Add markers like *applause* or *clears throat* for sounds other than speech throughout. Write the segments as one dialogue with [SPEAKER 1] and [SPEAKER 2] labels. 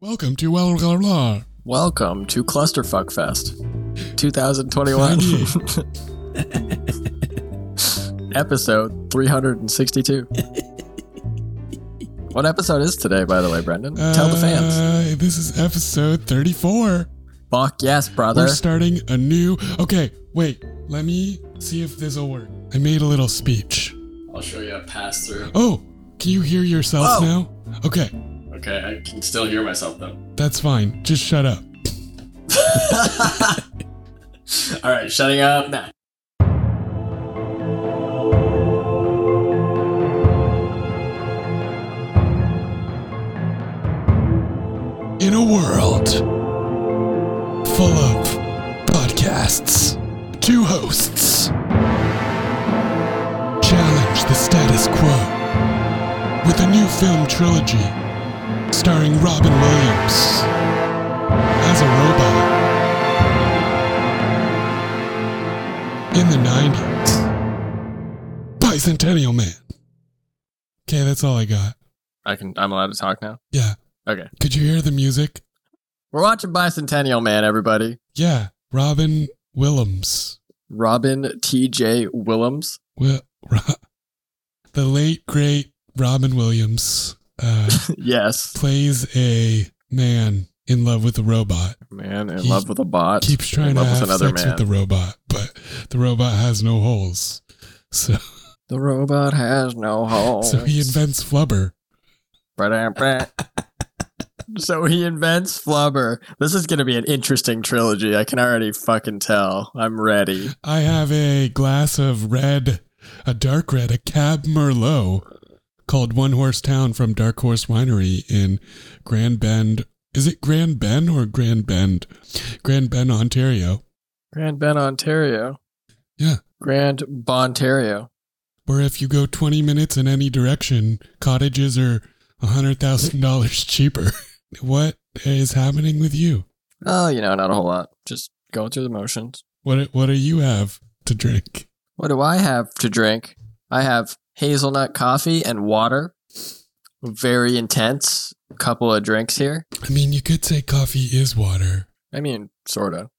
[SPEAKER 1] Welcome to Well Blah Blah.
[SPEAKER 2] Welcome to Clusterfuck Fest 2021.
[SPEAKER 1] *laughs*
[SPEAKER 2] episode 362. what episode is today, by the way, Brendan? Tell the fans.
[SPEAKER 1] Uh, This is episode 34.
[SPEAKER 2] Fuck yes, brother.
[SPEAKER 1] We're starting a new. Okay, wait. Let me see if this'll work. I made a little speech.
[SPEAKER 2] I'll show you a pass through.
[SPEAKER 1] Oh, can you hear yourself
[SPEAKER 2] Whoa.
[SPEAKER 1] now? Okay,
[SPEAKER 2] Okay, I can still hear myself though.
[SPEAKER 1] that's fine. Just shut up.
[SPEAKER 2] All right, shutting up now.
[SPEAKER 1] In a world full of podcasts, two hosts challenge the status quo with a new film trilogy starring Robin Williams as a robot. In the 90s, Bicentennial Man. Okay, that's all I got.
[SPEAKER 2] I can. I'm allowed to talk now.
[SPEAKER 1] Yeah.
[SPEAKER 2] Okay.
[SPEAKER 1] Could you hear the music?
[SPEAKER 2] We're watching Bicentennial Man, everybody.
[SPEAKER 1] Yeah, Robin Willems.
[SPEAKER 2] Robin T.J. Willems. *laughs*
[SPEAKER 1] Well, Ro- the late great Robin Williams
[SPEAKER 2] *laughs*
[SPEAKER 1] uh,
[SPEAKER 2] yes,
[SPEAKER 1] plays a man in love with a robot.
[SPEAKER 2] man, in
[SPEAKER 1] He
[SPEAKER 2] love with a bot.
[SPEAKER 1] Keeps trying
[SPEAKER 2] in
[SPEAKER 1] to
[SPEAKER 2] love with
[SPEAKER 1] have
[SPEAKER 2] another
[SPEAKER 1] sex
[SPEAKER 2] man.
[SPEAKER 1] with the robot, but the robot has no holes. So,
[SPEAKER 2] The robot has *laughs* no holes.
[SPEAKER 1] so he invents flubber.
[SPEAKER 2] Ba-dam-ba. *laughs* so he invents Flubber. This is going to be an interesting trilogy. I can already fucking tell. I'm ready.
[SPEAKER 1] I have a glass of red, a dark red, a Cab Merlot called One Horse Town from Dark Horse Winery in Grand Bend. Is it Grand Bend or Grand Bend? Grand Bend, Ontario.
[SPEAKER 2] Grand Ben, Ontario.
[SPEAKER 1] Yeah.
[SPEAKER 2] Grand Bontario.
[SPEAKER 1] Where if you go 20 minutes in any direction, cottages are $100,000 cheaper. *laughs* what is happening with you?
[SPEAKER 2] Oh, you know, not a whole lot. Just going through the motions.
[SPEAKER 1] What, what do you have to drink?
[SPEAKER 2] What do I have to drink? I have hazelnut coffee and water. Very intense couple of drinks here.
[SPEAKER 1] I mean, you could say coffee is water.
[SPEAKER 2] I mean, sort of.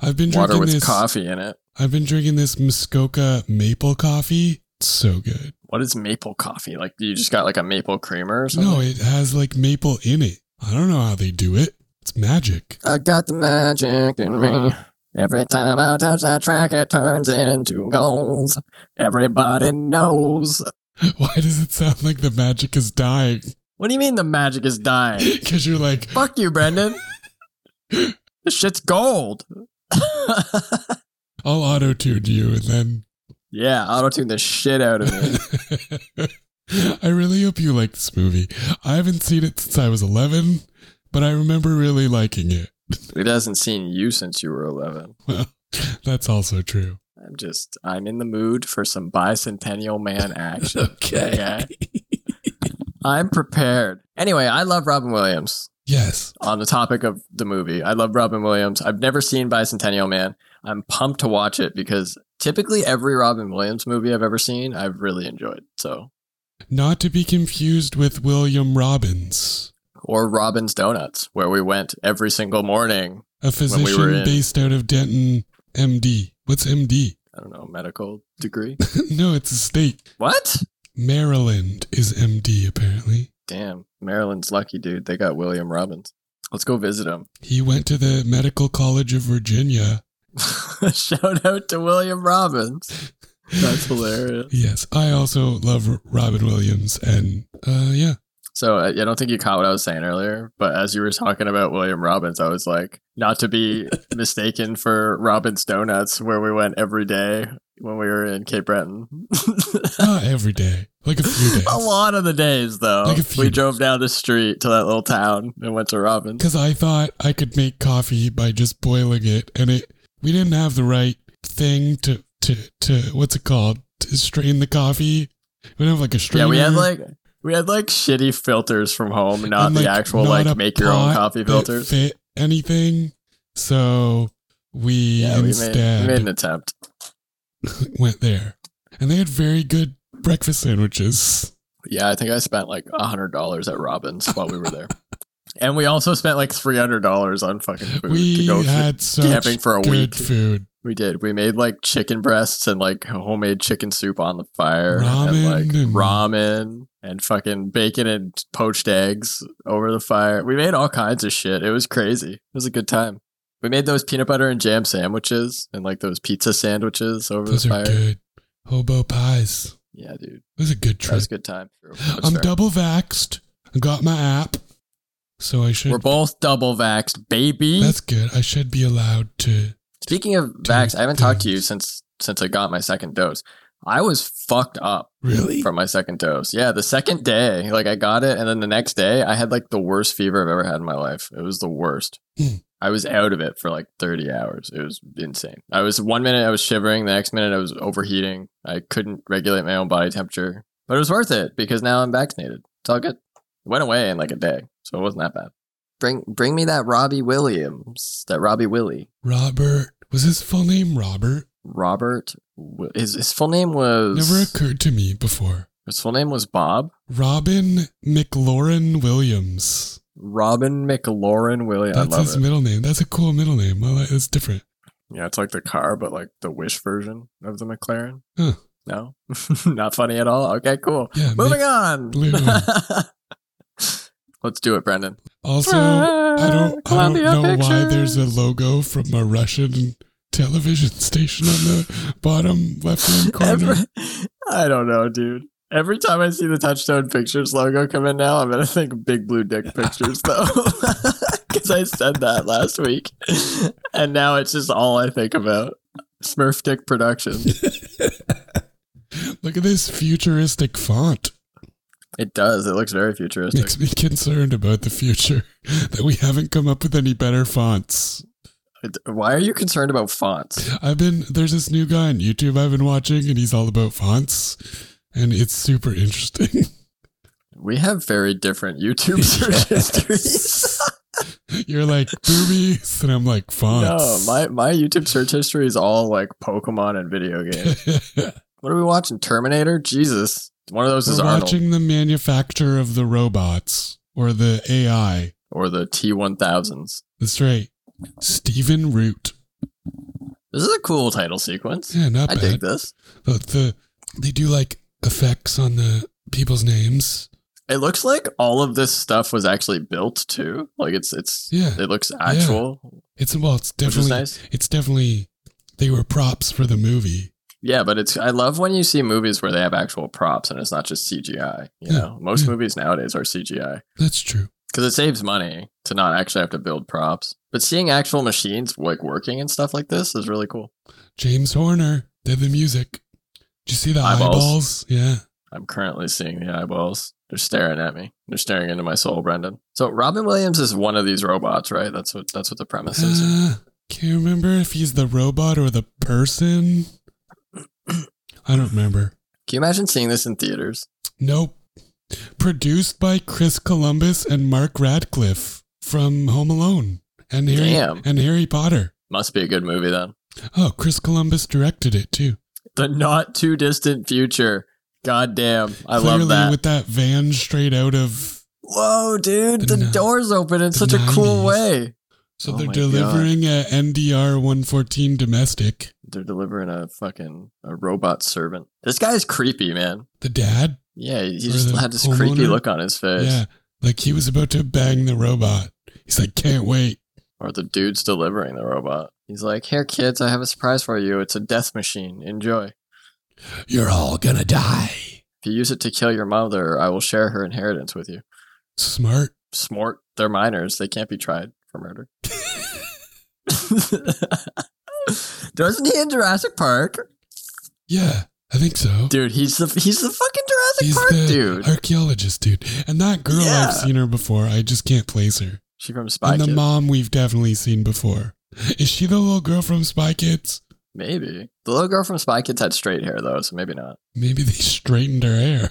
[SPEAKER 1] I've been
[SPEAKER 2] Water
[SPEAKER 1] drinking
[SPEAKER 2] with
[SPEAKER 1] this.
[SPEAKER 2] coffee in it.
[SPEAKER 1] I've been drinking this Muskoka maple coffee. It's so good.
[SPEAKER 2] What is maple coffee? Like, you just got like a maple creamer or something?
[SPEAKER 1] No, it has like maple in it. I don't know how they do it. It's magic. *laughs*
[SPEAKER 2] I got the magic in me. Every time I touch that track, it turns into gold. Everybody knows.
[SPEAKER 1] Why does it sound like the magic is dying? *laughs*
[SPEAKER 2] What do you mean the magic is dying?
[SPEAKER 1] Because you're like,
[SPEAKER 2] Fuck you, Brendan. this shit's gold. *laughs*
[SPEAKER 1] I'll auto tune you, and then *laughs*
[SPEAKER 2] yeah, auto tune the shit out of me.
[SPEAKER 1] I really hope you like this movie. I haven't seen it since I was 11, but I remember really liking it.
[SPEAKER 2] It hasn't seen you since you were 11.
[SPEAKER 1] Well, that's also true.
[SPEAKER 2] I'm just, I'm in the mood for some bicentennial man action.
[SPEAKER 1] *laughs* Okay.
[SPEAKER 2] I'm prepared. Anyway, I love Robin Williams.
[SPEAKER 1] Yes.
[SPEAKER 2] on the topic of the movie. I love Robin Williams. I've never seen Bicentennial Man. I'm pumped to watch it because typically every Robin Williams movie I've ever seen, I've really enjoyed. So,
[SPEAKER 1] Not to be confused with William Robbins.
[SPEAKER 2] or Robin's Donuts, where we went every single morning.
[SPEAKER 1] A
[SPEAKER 2] we
[SPEAKER 1] physician
[SPEAKER 2] were in-
[SPEAKER 1] based out of Denton, MD. What's MD?
[SPEAKER 2] I don't know, medical degree.
[SPEAKER 1] *laughs* no, it's a state.
[SPEAKER 2] what?
[SPEAKER 1] Maryland is MD, apparently.
[SPEAKER 2] Damn, Maryland's lucky, dude. They got William Robbins. Let's go visit him. *laughs*
[SPEAKER 1] He went to the Medical College of Virginia.
[SPEAKER 2] Shout out to William Robbins. That's hilarious.
[SPEAKER 1] Yes, I also love R- Robin Williams, and uh,
[SPEAKER 2] *laughs*
[SPEAKER 1] yeah,
[SPEAKER 2] So I I don't think you caught what I was saying earlier, but as you were talking about William Robbins, I was like, not
[SPEAKER 1] *laughs*
[SPEAKER 2] to be mistaken for Robbins Donuts, where we went every day when we were in Cape
[SPEAKER 1] *laughs*
[SPEAKER 2] Breton.
[SPEAKER 1] not uh, every day, like a few
[SPEAKER 2] a
[SPEAKER 1] days.
[SPEAKER 2] lot of the days, though,
[SPEAKER 1] Like a few
[SPEAKER 2] we drove down the street to that little town and went to Robbins.
[SPEAKER 1] Because I thought I could make coffee by just boiling it, and it we didn't have the right thing to to to what's it called to strain the coffee. We don't have like a strainer.
[SPEAKER 2] Yeah, we had like we had like shitty filters from home, not
[SPEAKER 1] and,
[SPEAKER 2] the actual
[SPEAKER 1] not a
[SPEAKER 2] like make your own
[SPEAKER 1] pot
[SPEAKER 2] coffee
[SPEAKER 1] that
[SPEAKER 2] filters.
[SPEAKER 1] fit anything. So we
[SPEAKER 2] Yeah, we made,
[SPEAKER 1] instead
[SPEAKER 2] we made an attempt.
[SPEAKER 1] went there, and they had very good breakfast sandwiches.
[SPEAKER 2] Yeah, I think I spent like a hundred dollars at Robbins while we were there. And we also spent like three hundred dollars on fucking food to
[SPEAKER 1] we
[SPEAKER 2] go
[SPEAKER 1] had
[SPEAKER 2] to
[SPEAKER 1] such
[SPEAKER 2] camping for a
[SPEAKER 1] good
[SPEAKER 2] week.
[SPEAKER 1] food.
[SPEAKER 2] We did. We made like chicken breasts and like homemade chicken soup on the fire, and
[SPEAKER 1] Ramen
[SPEAKER 2] like
[SPEAKER 1] and-
[SPEAKER 2] ramen and fucking bacon and poached eggs over the fire. We made all kinds of shit. It was crazy. It was a good time. We made those peanut butter and jam sandwiches and like those pizza sandwiches over
[SPEAKER 1] Those
[SPEAKER 2] the
[SPEAKER 1] are
[SPEAKER 2] fire.
[SPEAKER 1] good. Hobo pies.
[SPEAKER 2] Yeah, dude,
[SPEAKER 1] It was a good
[SPEAKER 2] that
[SPEAKER 1] trip.
[SPEAKER 2] was a good time.
[SPEAKER 1] I'm double vaxxed. I got my app. So I should
[SPEAKER 2] We're both double vaxxed, baby.
[SPEAKER 1] Mm-hmm. That's good. I should be allowed to
[SPEAKER 2] Speaking of vax, I haven't talked to you
[SPEAKER 1] dose.
[SPEAKER 2] since since I got my second dose. I was fucked up
[SPEAKER 1] really
[SPEAKER 2] from my second dose. Yeah, the second day, like I got it, and then the next day, I had like the worst fever I've ever had in my life. It was the worst.
[SPEAKER 1] Hmm.
[SPEAKER 2] I was out of it for like 30 hours. It was insane. I was one minute I was shivering, the next minute I was overheating. I couldn't regulate my own body temperature, but it was worth it because now I'm vaccinated. It's all good. It went away in like a day, so it wasn't that bad. Bring bring me that Robbie Williams, that Robbie Willie.
[SPEAKER 1] Robert was his full name Robert?
[SPEAKER 2] Robert. Wi- His, his full name was
[SPEAKER 1] Never occurred to me before.
[SPEAKER 2] his full name was Bob
[SPEAKER 1] Robin McLaurin Williams.
[SPEAKER 2] Robin McLaurin Williams. I
[SPEAKER 1] That's
[SPEAKER 2] love
[SPEAKER 1] his
[SPEAKER 2] it.
[SPEAKER 1] middle name. That's a cool middle name. I like, it's different.
[SPEAKER 2] yeah, it's like the car, but like the wish version of the McLaren.
[SPEAKER 1] Huh.
[SPEAKER 2] No, *laughs* not funny at all. Okay, cool.
[SPEAKER 1] Yeah.
[SPEAKER 2] Moving
[SPEAKER 1] Mc-
[SPEAKER 2] on.
[SPEAKER 1] Blue.
[SPEAKER 2] *laughs* Let's do it, Brendan.
[SPEAKER 1] Also, I don't, I don't know why there's a logo from a Russian television *laughs* station on the bottom left
[SPEAKER 2] *laughs*
[SPEAKER 1] hand corner.
[SPEAKER 2] Every- I don't know, dude. Every time I see the Touchstone Pictures logo come in now, I'm gonna think Big
[SPEAKER 1] *laughs*
[SPEAKER 2] Blue Dick Pictures though, *laughs* because I said that last week, and now it's just all I think about. Smurf Dick Productions.
[SPEAKER 1] Look at this futuristic font.
[SPEAKER 2] It does. It looks very futuristic.
[SPEAKER 1] Makes me *laughs* concerned about the future *laughs* that we haven't come up with any better fonts.
[SPEAKER 2] It- Why are you concerned about fonts?
[SPEAKER 1] I've been there's this new guy on YouTube I've been watching and he's all about fonts and it's super interesting. *laughs*
[SPEAKER 2] We have very different YouTube search histories.
[SPEAKER 1] You're like boobies and I'm like
[SPEAKER 2] No,
[SPEAKER 1] fonts. *laughs*
[SPEAKER 2] my my YouTube search history is all like Pokemon and video games. What are we watching? Terminator? Jesus. One of those is
[SPEAKER 1] We're
[SPEAKER 2] Arnold.
[SPEAKER 1] watching the manufacture of the robots or the AI.
[SPEAKER 2] or the T one thousands.
[SPEAKER 1] That's right. Stephen Root.
[SPEAKER 2] This is a cool title sequence.
[SPEAKER 1] Yeah, not
[SPEAKER 2] I
[SPEAKER 1] bad.
[SPEAKER 2] dig this.
[SPEAKER 1] But the they do like effects on the people's names.
[SPEAKER 2] It looks like all of this stuff was actually built too. Like it's it's
[SPEAKER 1] Yeah.
[SPEAKER 2] it looks actual,
[SPEAKER 1] It's well, it's
[SPEAKER 2] which is
[SPEAKER 1] definitely
[SPEAKER 2] nice.
[SPEAKER 1] it's definitely they were props for the movie.
[SPEAKER 2] Yeah, but it's I love when you see movies where they have actual props and it's not just CGI. You
[SPEAKER 1] Yeah,
[SPEAKER 2] know, most
[SPEAKER 1] yeah.
[SPEAKER 2] movies nowadays are CGI
[SPEAKER 1] That's true.
[SPEAKER 2] because it saves money to not actually have to build props. But seeing actual machines like working and stuff like this is really cool.
[SPEAKER 1] James Horner did the music. Did you see the
[SPEAKER 2] Eyeballs.
[SPEAKER 1] eyeballs? Yeah.
[SPEAKER 2] I'm currently seeing the eyeballs. They're staring at me. They're staring into my soul, Brendan. So Robin Williams is one of these robots, right? That's what that's what the premise is.
[SPEAKER 1] Uh, can't remember if he's the robot or the person. *clears throat* I don't remember.
[SPEAKER 2] Can you imagine seeing this in theaters?
[SPEAKER 1] Nope. Produced by Chris Columbus and Mark Radcliffe from Home Alone and Harry
[SPEAKER 2] Damn.
[SPEAKER 1] and Harry Potter.
[SPEAKER 2] Must be a good movie then.
[SPEAKER 1] Oh, Chris Columbus directed it too.
[SPEAKER 2] The not too distant future. God damn. I
[SPEAKER 1] Clearly
[SPEAKER 2] love that.
[SPEAKER 1] with that van straight out of
[SPEAKER 2] Whoa, dude, the,
[SPEAKER 1] The ni-
[SPEAKER 2] doors open in
[SPEAKER 1] the
[SPEAKER 2] such a cool
[SPEAKER 1] 90s.
[SPEAKER 2] way.
[SPEAKER 1] So
[SPEAKER 2] Oh
[SPEAKER 1] they're
[SPEAKER 2] my
[SPEAKER 1] delivering a NDR 114 domestic.
[SPEAKER 2] They're delivering a fucking a robot servant. This guy's creepy, man.
[SPEAKER 1] The dad?
[SPEAKER 2] Yeah, he
[SPEAKER 1] Or
[SPEAKER 2] just
[SPEAKER 1] the
[SPEAKER 2] had this creepy
[SPEAKER 1] homeowner?
[SPEAKER 2] look on his face.
[SPEAKER 1] Yeah. Like he was about to bang the robot. He's like, can't wait.
[SPEAKER 2] Or the dude's delivering the robot. He's like, "Here, kids, I have a surprise for you. It's a death machine. Enjoy. If
[SPEAKER 1] You're all gonna die.
[SPEAKER 2] you use it to kill your mother, I will share her inheritance with you."
[SPEAKER 1] Smart.
[SPEAKER 2] Smart. They're minors. They can't be tried for murder. *laughs* Doesn't he in Jurassic Park?
[SPEAKER 1] Yeah, I think so.
[SPEAKER 2] Dude, he's the he's the fucking Jurassic
[SPEAKER 1] He's
[SPEAKER 2] Park
[SPEAKER 1] the
[SPEAKER 2] dude.
[SPEAKER 1] archaeologist, dude. And that girl,
[SPEAKER 2] Yeah.
[SPEAKER 1] I've seen her before. I just can't place her.
[SPEAKER 2] She from Spy
[SPEAKER 1] and the
[SPEAKER 2] Kids.
[SPEAKER 1] mom, we've definitely seen before. Is she the little girl from Spy Kids?
[SPEAKER 2] maybe the little girl from Spy Kids had straight hair though, so maybe not.
[SPEAKER 1] Maybe they *laughs* straightened her hair.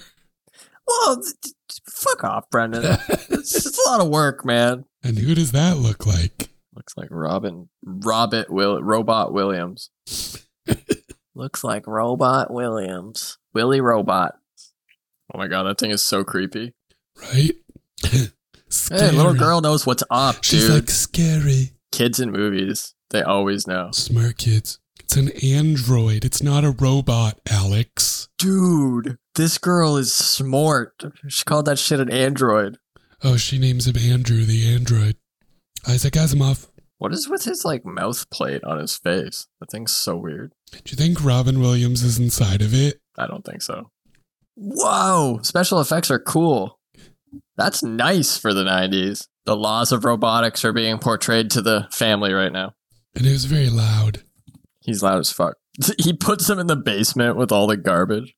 [SPEAKER 2] Well, th- th- fuck
[SPEAKER 1] *laughs*
[SPEAKER 2] off, Brendan. it's, it's a lot of work, man.
[SPEAKER 1] And who does that look like?
[SPEAKER 2] Looks like Robin, Robert Will, Robot *laughs* Williams. Looks like Robot Williams,
[SPEAKER 1] *laughs*
[SPEAKER 2] Willy Robot. Oh my god, that thing is so creepy.
[SPEAKER 1] right? Scary.
[SPEAKER 2] Hey, little girl knows what's up, dude.
[SPEAKER 1] She's like scary.
[SPEAKER 2] Kids in movies, they always know.
[SPEAKER 1] Smart kids. It's an android. It's not a robot, Alex.
[SPEAKER 2] Dude, this girl is smart. She called that shit an android.
[SPEAKER 1] Oh, she names him Andrew the android. Isaac Asimov.
[SPEAKER 2] What is with his like mouth plate on his face? That thing's so weird.
[SPEAKER 1] Do you think Robin Williams is inside of it?
[SPEAKER 2] I don't think so. Whoa, special effects are cool. That's nice for the 90s. The laws of robotics are being portrayed to the family right now.
[SPEAKER 1] And it was very loud.
[SPEAKER 2] He's loud as fuck. *laughs* He puts them in the basement with all the garbage.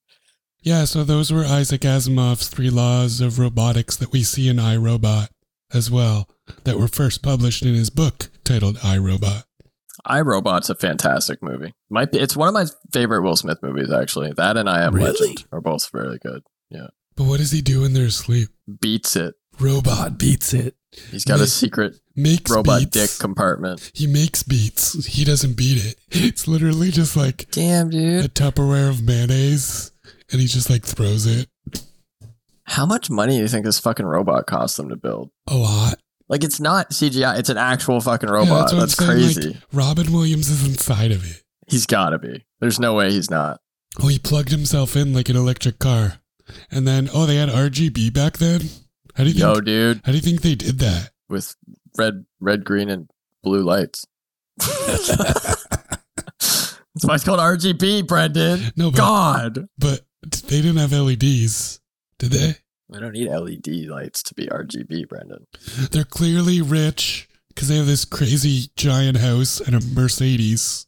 [SPEAKER 1] Yeah, so those were Isaac Asimov's three laws of robotics that we see in iRobot as well, that were first published in his book titled iRobot.
[SPEAKER 2] iRobot's a fantastic movie. Might be, it's one of my favorite Will Smith movies, actually. That and I Am
[SPEAKER 1] Really?
[SPEAKER 2] Legend are both really good. Yeah.
[SPEAKER 1] But what does he do in their sleep?
[SPEAKER 2] Beats it.
[SPEAKER 1] Robot beats it.
[SPEAKER 2] He's got
[SPEAKER 1] Ma-
[SPEAKER 2] a secret
[SPEAKER 1] Makes
[SPEAKER 2] robot
[SPEAKER 1] beats.
[SPEAKER 2] dick compartment.
[SPEAKER 1] He makes beats. He doesn't beat it. It's literally just like
[SPEAKER 2] Damn,
[SPEAKER 1] a
[SPEAKER 2] dude.
[SPEAKER 1] Tupperware of mayonnaise, and he just like throws it
[SPEAKER 2] How much money do you think this fucking robot cost them to build?
[SPEAKER 1] a lot.
[SPEAKER 2] Like, it's not CGI. It's an actual fucking robot.
[SPEAKER 1] Yeah, what I'm
[SPEAKER 2] that's
[SPEAKER 1] saying, like,
[SPEAKER 2] crazy.
[SPEAKER 1] Robin Williams is inside of it.
[SPEAKER 2] He's got to be. There's no way he's not.
[SPEAKER 1] Oh, he plugged himself in like an electric car, and then oh, they had RGB back then. How do you
[SPEAKER 2] Yo,
[SPEAKER 1] think?
[SPEAKER 2] dude,
[SPEAKER 1] How do you think they did that?
[SPEAKER 2] with red, red, green, and blue lights. *laughs* That's why it's called
[SPEAKER 1] *laughs*
[SPEAKER 2] RGB, Brendan.
[SPEAKER 1] No, but
[SPEAKER 2] God,
[SPEAKER 1] but they didn't have LEDs, did they?
[SPEAKER 2] I don't need LED lights to be RGB, Brendan.
[SPEAKER 1] They're clearly rich because they have this crazy giant house and a Mercedes.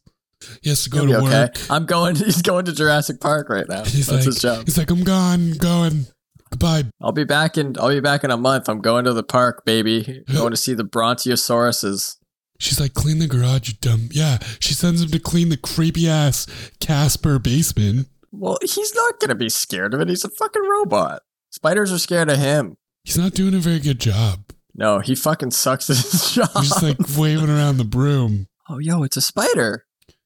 [SPEAKER 1] He has to go
[SPEAKER 2] He'll be
[SPEAKER 1] to
[SPEAKER 2] okay.
[SPEAKER 1] work.
[SPEAKER 2] I'm going. *laughs* He's going to Jurassic Park right
[SPEAKER 1] *laughs*
[SPEAKER 2] now.
[SPEAKER 1] He's
[SPEAKER 2] That's
[SPEAKER 1] like,
[SPEAKER 2] his job.
[SPEAKER 1] he's like, I'm gone, going, goodbye.
[SPEAKER 2] I'll be back in. I'll be back in a month. I'm going to the park, baby. Going to see the brontosauruses.
[SPEAKER 1] She's like, clean the garage, you dumb. Yeah, she sends him to clean the creepy ass Casper basement.
[SPEAKER 2] Well, he's not gonna be scared of it. He's a fucking robot. Spiders are scared of him.
[SPEAKER 1] He's not doing a very good job.
[SPEAKER 2] No, he fucking sucks at his *laughs* job.
[SPEAKER 1] He's just like waving around the broom.
[SPEAKER 2] oh, yo, it's a spider.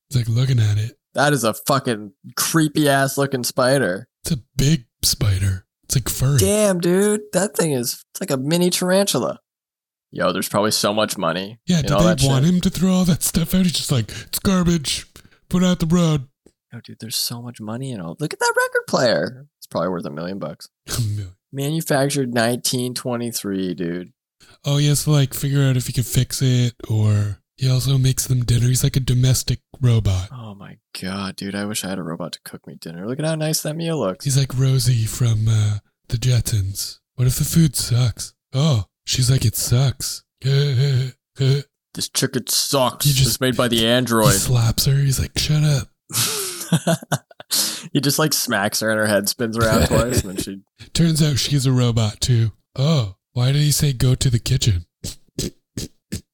[SPEAKER 1] He's like looking at it.
[SPEAKER 2] That is a fucking creepy ass
[SPEAKER 1] *laughs*
[SPEAKER 2] looking spider.
[SPEAKER 1] It's a big spider. It's like furry.
[SPEAKER 2] Damn, dude, that thing is it's like a mini tarantula. Yo, there's probably so much money.
[SPEAKER 1] yeah,
[SPEAKER 2] in
[SPEAKER 1] did
[SPEAKER 2] all that
[SPEAKER 1] they want
[SPEAKER 2] shit.
[SPEAKER 1] him to throw all that stuff out? He's just like, it's garbage. Put it out the road. *laughs*
[SPEAKER 2] Yo, dude, there's so much money in all. Look at that record player. It's probably worth a million bucks. Manufactured 1923, dude.
[SPEAKER 1] Oh, he has to like figure out if he can fix it or he also makes them dinner. He's like a domestic robot.
[SPEAKER 2] Oh my god, dude, I wish I had a robot to cook me dinner. Look at how nice that meal looks.
[SPEAKER 1] He's like Rosie from uh, the Jetsons. What if the food sucks? Oh, she's like, it sucks. *laughs* he
[SPEAKER 2] This chicken sucks.
[SPEAKER 1] You just-
[SPEAKER 2] it's made by the
[SPEAKER 1] *laughs*
[SPEAKER 2] android. *laughs*
[SPEAKER 1] slaps her. He's like, shut up.
[SPEAKER 2] he just like smacks her and her head
[SPEAKER 1] *laughs*
[SPEAKER 2] spins around twice and then she
[SPEAKER 1] Turns out she's a robot too. Oh, why did he say go to the kitchen?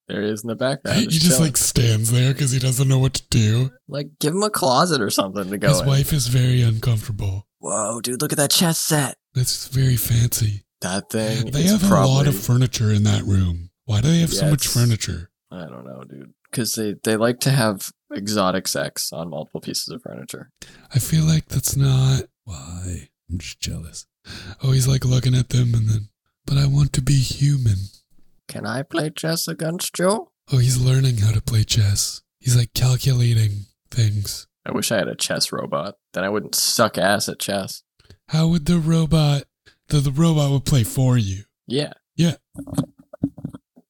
[SPEAKER 2] there he is in the
[SPEAKER 1] *laughs*
[SPEAKER 2] background.
[SPEAKER 1] he
[SPEAKER 2] Just
[SPEAKER 1] just
[SPEAKER 2] chilling.
[SPEAKER 1] like stands there because he doesn't know what to do.
[SPEAKER 2] like give him a closet or something to go
[SPEAKER 1] His
[SPEAKER 2] in.
[SPEAKER 1] wife is very uncomfortable.
[SPEAKER 2] Whoa, dude, look at that chess set.
[SPEAKER 1] That's very fancy.
[SPEAKER 2] That thing.
[SPEAKER 1] They
[SPEAKER 2] is
[SPEAKER 1] have
[SPEAKER 2] probably,
[SPEAKER 1] a lot of furniture in that room. Why do they have so
[SPEAKER 2] Yeah,
[SPEAKER 1] much
[SPEAKER 2] it's-
[SPEAKER 1] furniture?
[SPEAKER 2] I don't know, dude, because they they like to have exotic sex on multiple pieces of furniture.
[SPEAKER 1] I feel like that's not.
[SPEAKER 3] Why? I'm just jealous.
[SPEAKER 1] Oh, he's like looking at them and then, but I want to be human.
[SPEAKER 2] Can I play chess against you?
[SPEAKER 1] Oh, he's learning how to play chess. He's like calculating things.
[SPEAKER 2] I wish I had a chess robot. Then I wouldn't suck ass at chess.
[SPEAKER 1] How would the robot, the, the robot would play for you?
[SPEAKER 2] Yeah.
[SPEAKER 1] Yeah.